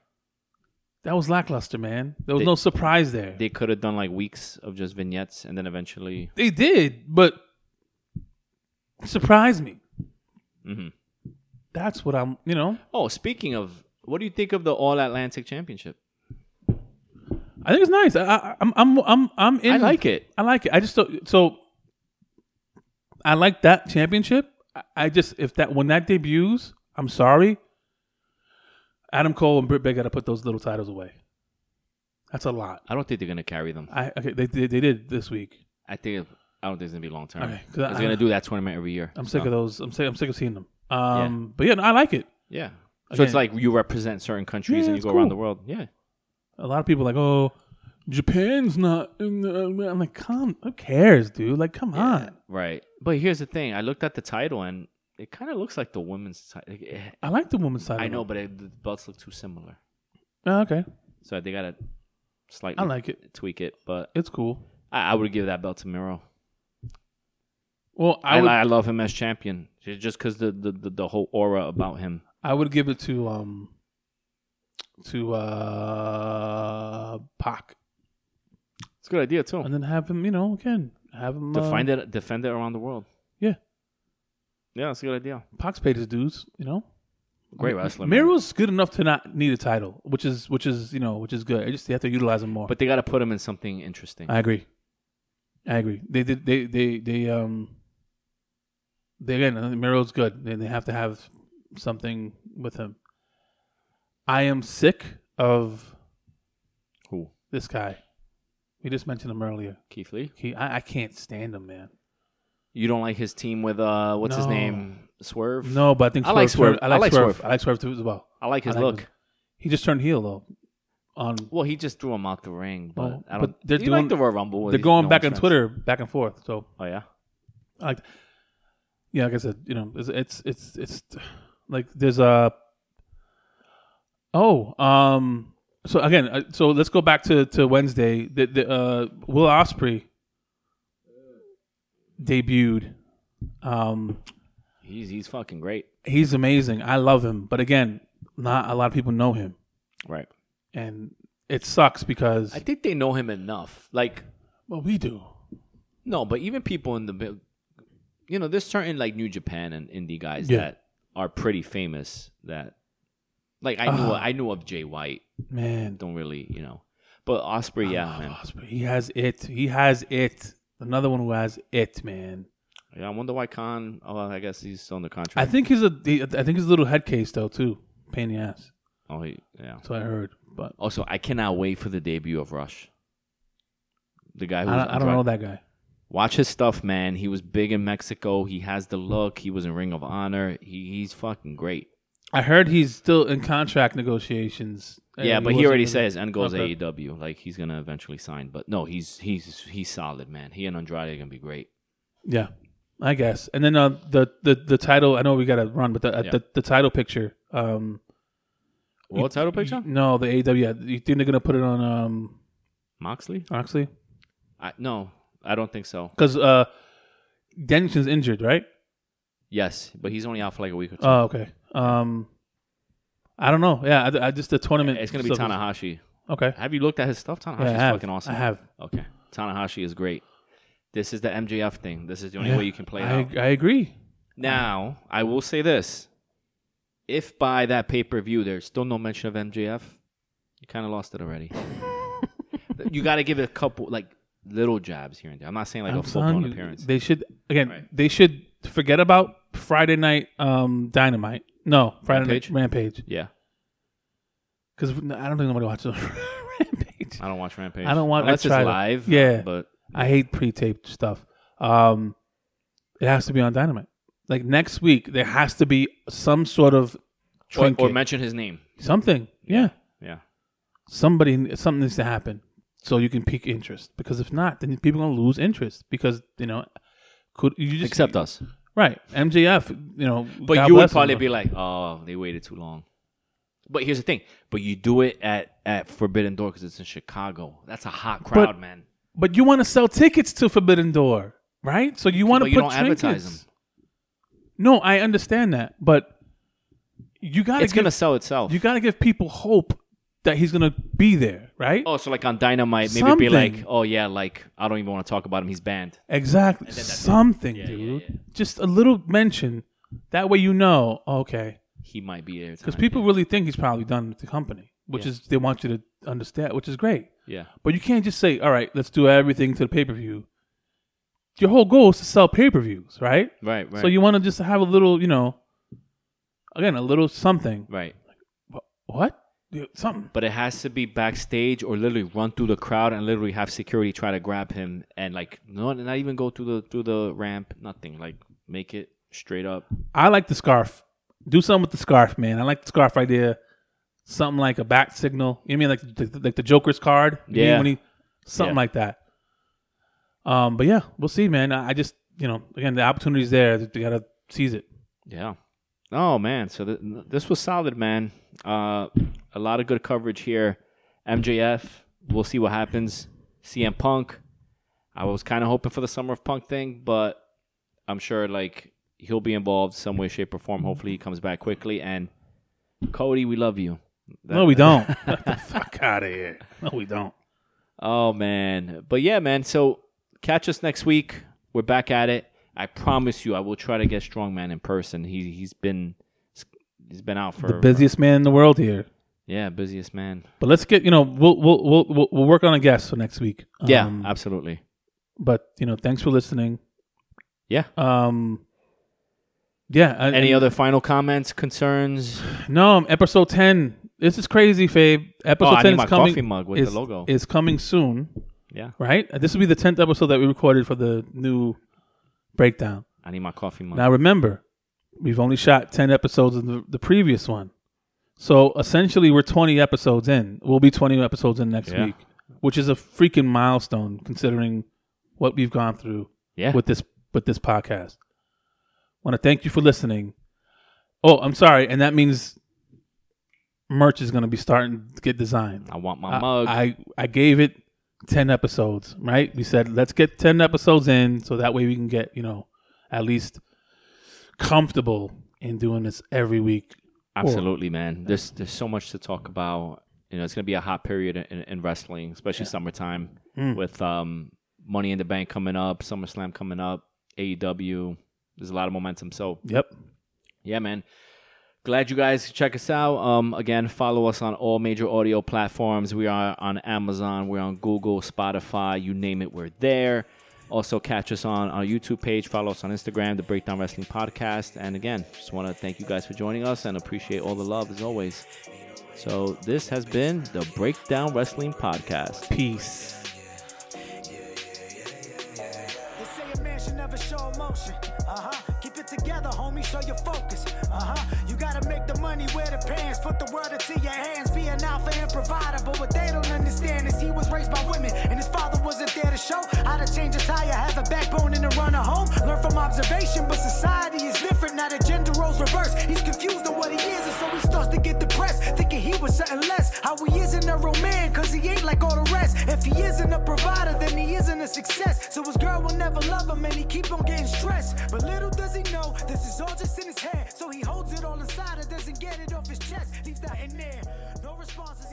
D: That was lackluster, man. There was
C: They-
D: no surprise there. They,
C: They could have done like weeks of just vignettes, and then eventually,
D: did, but surprised me.
C: Mhm.
D: That's what I'm. You know,
C: oh, speaking of, what do you think of the All Atlantic Championship?
D: I think it's nice. I, I, I'm I'm I'm I'm in.
C: I like it.
D: I like it. I just don't- so I like that championship. I, I just if that when that debuts, I'm sorry. Adam Cole and Britt Baker got to put those little titles away. That's a lot.
C: I don't think they're gonna carry them.
D: I okay, they, they they did this week.
C: I think I don't think it's gonna be long term.
D: Okay, 'cause
C: They're
D: I-
C: gonna do that tournament every year.
D: I'm sick of those. I'm sick. I'm sick of seeing them. Um, but yeah, no, I like it.
C: Yeah. So
D: Okay.
C: it's like you represent certain countries
D: Yeah,
C: and you
D: it's
C: go around
D: cool.
C: the world. Yeah.
D: A lot of people are like, oh, Japan's not. In the, I'm like, come. Who cares, dude? Like, come on.
C: Right. But here's the thing. I looked at the title and it kind of looks like the women's title.
D: I like the women's side.
C: I
D: of
C: know,
D: it.
C: but it, the belts look too similar.
D: Oh, okay,
C: So they got to slightly
D: I like it.
C: tweak it. But
D: It's cool.
C: I, I would give that belt to Miro.
D: Well,
C: I,
D: I would.
C: I love him as champion ju- just because the, the, the, the whole aura about him.
D: I would give it to um to uh Pac,
C: It's a good idea,
D: and
C: too.
D: then have him. You know, again, have him. uh,
C: Defend it, defend it around the world.
D: Yeah.
C: Yeah, it's a good idea.
D: Pac's paid his dues. You know.
C: Great wrestler. man.
D: Miro's good enough to not need a title, which is which is you know which is good. I just they have to utilize him more.
C: But they got to put him in something interesting.
D: I agree. I agree. They did. They, they they um. They again, uh, Miro's good. They they have to have something with him. I am sick of
C: Who?
D: this guy. We just mentioned him earlier.
C: Keith Lee?
D: He, I, I can't stand him, man.
C: You don't like his team with uh, what's his
D: No.
C: name? Swerve.
D: No, but I think
C: I like Swerve.
D: turned- I like Swerve. I like Swerve too as well.
C: I like his
D: I like
C: look.
D: him. He just turned heel though. on.
C: Well, he just threw him out the ring, but
D: Oh,
C: I
D: but
C: don't.
D: they're
C: he
D: doing-
C: liked the Royal Rumble. with
D: They're
C: these
D: going
C: no
D: back on
C: offense.
D: Twitter, back and forth. So
C: Oh yeah,
D: I like, yeah, like I said, you know, it's it's it's, it's like there's a. Oh, um. So again, uh, so let's go back to to Wednesday. The, the uh, Will Osprey debuted. Um,
C: he's he's fucking great.
D: he's amazing. I love him, but again, not a lot of people know him,
C: Right.
D: and it sucks because
C: I think they know him enough. Like
D: well, we do.
C: no, but even people in the bi- you know, there's certain like New Japan and indie guys
D: Yeah.
C: that are pretty famous. That like I
D: Ah.
C: knew I knew of Jay White.
D: Man,
C: Don't really you know, but
D: Ah.
C: Osprey, yeah, man.
D: Osprey, he has it. He has it. Another one who has it, man.
C: Yeah, I wonder why Khan. Oh, I guess he's still in the contract.
D: I think he's a. he- I think he's a little head case though too. Pain in the ass.
C: Oh, he, yeah.
D: That's what I heard. But
C: Also, I cannot wait for the debut of Rush. The guy
D: I
C: who
D: don't, I don't know that guy.
C: Watch his stuff, man. He was big in Mexico. He has the look. He was in Ring of Honor. He, he's fucking great.
D: I heard he's still in contract negotiations. and
C: yeah, but he
D: wasn't
C: already
D: really-
C: says and goes
D: Okay.
C: AEW. Like he's gonna eventually sign. But no, he's he's he's solid, man. He and Andrade are gonna be great.
D: Yeah, I guess. And then uh, the the the title. I know we got to run, but the, uh,
C: Yeah.
D: the the title picture. Um,
C: World title picture?
D: no, the AW. yeah, You think they're gonna put it on um
C: Moxley?
D: Oxley?
C: I, no, I don't think so.
D: Because uh, Dennington's injured, right?
C: Yes, but he's only out for like a week or two.
D: Oh, okay. Um, I don't know. Yeah, I, I just the tournament.
C: it's gonna be
D: stuff is-
C: Tanahashi.
D: Okay.
C: Have you looked at his stuff? Tanahashi's
D: Yeah, I have.
C: fucking awesome.
D: I have.
C: Okay. Tanahashi is great. This is the MJF thing. This is the only
D: Yeah,
C: way you can play it
D: I,
C: out.
D: I agree.
C: Now, I will say this. If by that pay per view there's still no mention of MJF, you kind of lost it already. you got to give it a couple, like, little jabs here and there. I'm not saying like
D: I'm
C: a full
D: telling
C: blown
D: you,
C: appearance.
D: They should again.
C: Right.
D: They should forget about Friday night um, Dynamite. No, Friday
C: Rampage?
D: night Rampage.
C: yeah.
D: Because I don't think nobody watches (laughs) Rampage.
C: I don't watch Rampage.
D: I don't want- I
C: Unless it's
D: tried it.
C: live.
D: Yeah.
C: But
D: I hate pre-taped stuff. Um, it has to be on Dynamite. Like next week, there has to be some sort of
C: or,
D: trinket,
C: or mention his name.
D: something. Yeah,
C: Yeah.
D: somebody, something needs to happen so you can pique interest. Because if not, then people are gonna lose interest because you know could you just
C: Except us.
D: right MJF? You know,
C: But you would probably be like, oh, they waited too long. But here's the thing. But you do it at, at Forbidden Door because it's in Chicago. That's a hot crowd, man.
D: But you want to sell tickets to Forbidden Door, right? So you want
C: But
D: to
C: you
D: put
C: don't
D: trinkets.
C: advertise them.
D: No, I understand that, but you got to
C: It's going to
D: give
C: sell itself.
D: you got to give people hope that he's gonna be there, right?
C: Oh, so like on Dynamite, maybe be
D: Something.
C: like, oh yeah, like I don't even want to talk about him. He's banned.
D: Exactly, something, dude. Just a little mention. That way, you know, okay,
C: He might be there
D: because people really think he's probably done with the company, which is they want you to understand, which is great.
C: Yeah,
D: But you can't just say, all right, let's do everything to the pay per view. Your whole goal is to sell pay per views, right?
C: right, right.
D: So you want to just have a little, you know, again, a little something.
C: right,
D: What? Yeah, Something.
C: but it has to be backstage or literally run through the crowd and literally have security try to grab him and like no, not even go through the through the ramp, nothing. Like make it straight up.
D: I like the scarf. Do something with the scarf, man. I like the scarf idea. Something like a back signal. You know what I mean like the, like the Joker's card? You mean
C: Yeah.
D: When he, something
C: Yeah.
D: like that. Um, but yeah, we'll see, man. I I just, you know, again, the opportunity's there. You gotta seize it.
C: Yeah. Oh man, so th- this was solid, man. Uh, a lot of good coverage here. MJF, we'll see what happens. CM Punk, I was kind of hoping for the Summer of Punk thing, but I'm sure like he'll be involved some way, shape, or form. Hopefully, he comes back quickly. And Cody, we love you.
D: No, we don't.
C: (laughs)
D: Get the fuck out of here. No, we don't.
C: Oh man, but yeah, man. So catch us next week. We're back at it. I promise you, I will try to get Strongman in person. He he's been he's been out for
D: The busiest man in the world here.
C: Yeah, busiest man.
D: But let's get, you know, we'll we'll we'll we'll, we'll work on a guest for next week.
C: Yeah,
D: Um,
C: absolutely.
D: but you know, thanks for listening.
C: Yeah.
D: Um. Yeah. I-
C: Any other final comments, concerns?
D: No, um, episode ten. This is crazy, Fabe.
C: Oh,
D: Episode
C: I
D: ten
C: need
D: is
C: my
D: coming.
C: coffee mug with
D: is,
C: the logo.
D: is coming soon,
C: yeah,
D: right? Uh, This will be the tenth episode that we recorded for the new breakdown.
C: (sighs) I need my coffee mug.
D: Now remember, we've only shot ten episodes of the, the previous one, So essentially, we're 20 episodes in. We'll be 20 episodes in next
C: Yeah.
D: week, which is a freaking milestone considering what we've gone through
C: Yeah.
D: with this with this podcast. Want to thank you for listening. Oh, I'm sorry, and that means merch is going to be starting to get designed.
C: I want my
D: I, oh.
C: mug.
D: I I gave it 10 episodes, right? We said let's get 10 episodes in so that way we can get, you know, at least comfortable in doing this every week.
C: Absolutely, man. There's there's so much to talk about. You know, it's gonna be a hot period in, in wrestling, especially summertime
D: Mm.
C: with um, Money in the Bank coming up, SummerSlam coming up, AEW. There's a lot of momentum. So
D: Yep.
C: yeah, man. Glad you guys check us out. Um, again, follow us on all major audio platforms. We are on Amazon, we're on Google, Spotify, you name it, we're there. Also, catch us on our YouTube page. Follow us on Instagram, the Breakdown Wrestling Podcast. And again, just want to thank you guys for joining us and appreciate all the love as always. So, this has been the Breakdown Wrestling Podcast.
D: Peace.
B: They say a man should never show emotion. Uh huh. Keep it together, homie. Show your focus. Uh huh. You gotta make the money wear the pants. Put the world into your hands. Be an alpha and provider. But what they don't understand is he was raised by women, and his father wasn't there to show how to change a tire, have a backbone, and to run a home. Learn from observation, but society is different. Now the gender roles reverse. He's confused on what he is, and so he starts to get depressed, thinking he was something less. How he isn't a real man, cause he ain't like all the rest. If he isn't a provider, then he isn't a success. So his girl will never love him, and he keep on getting stressed. But little does he know, this is all just in his head. So he holds it all inside and doesn't get it off his chest. Leaves that in there. No responses.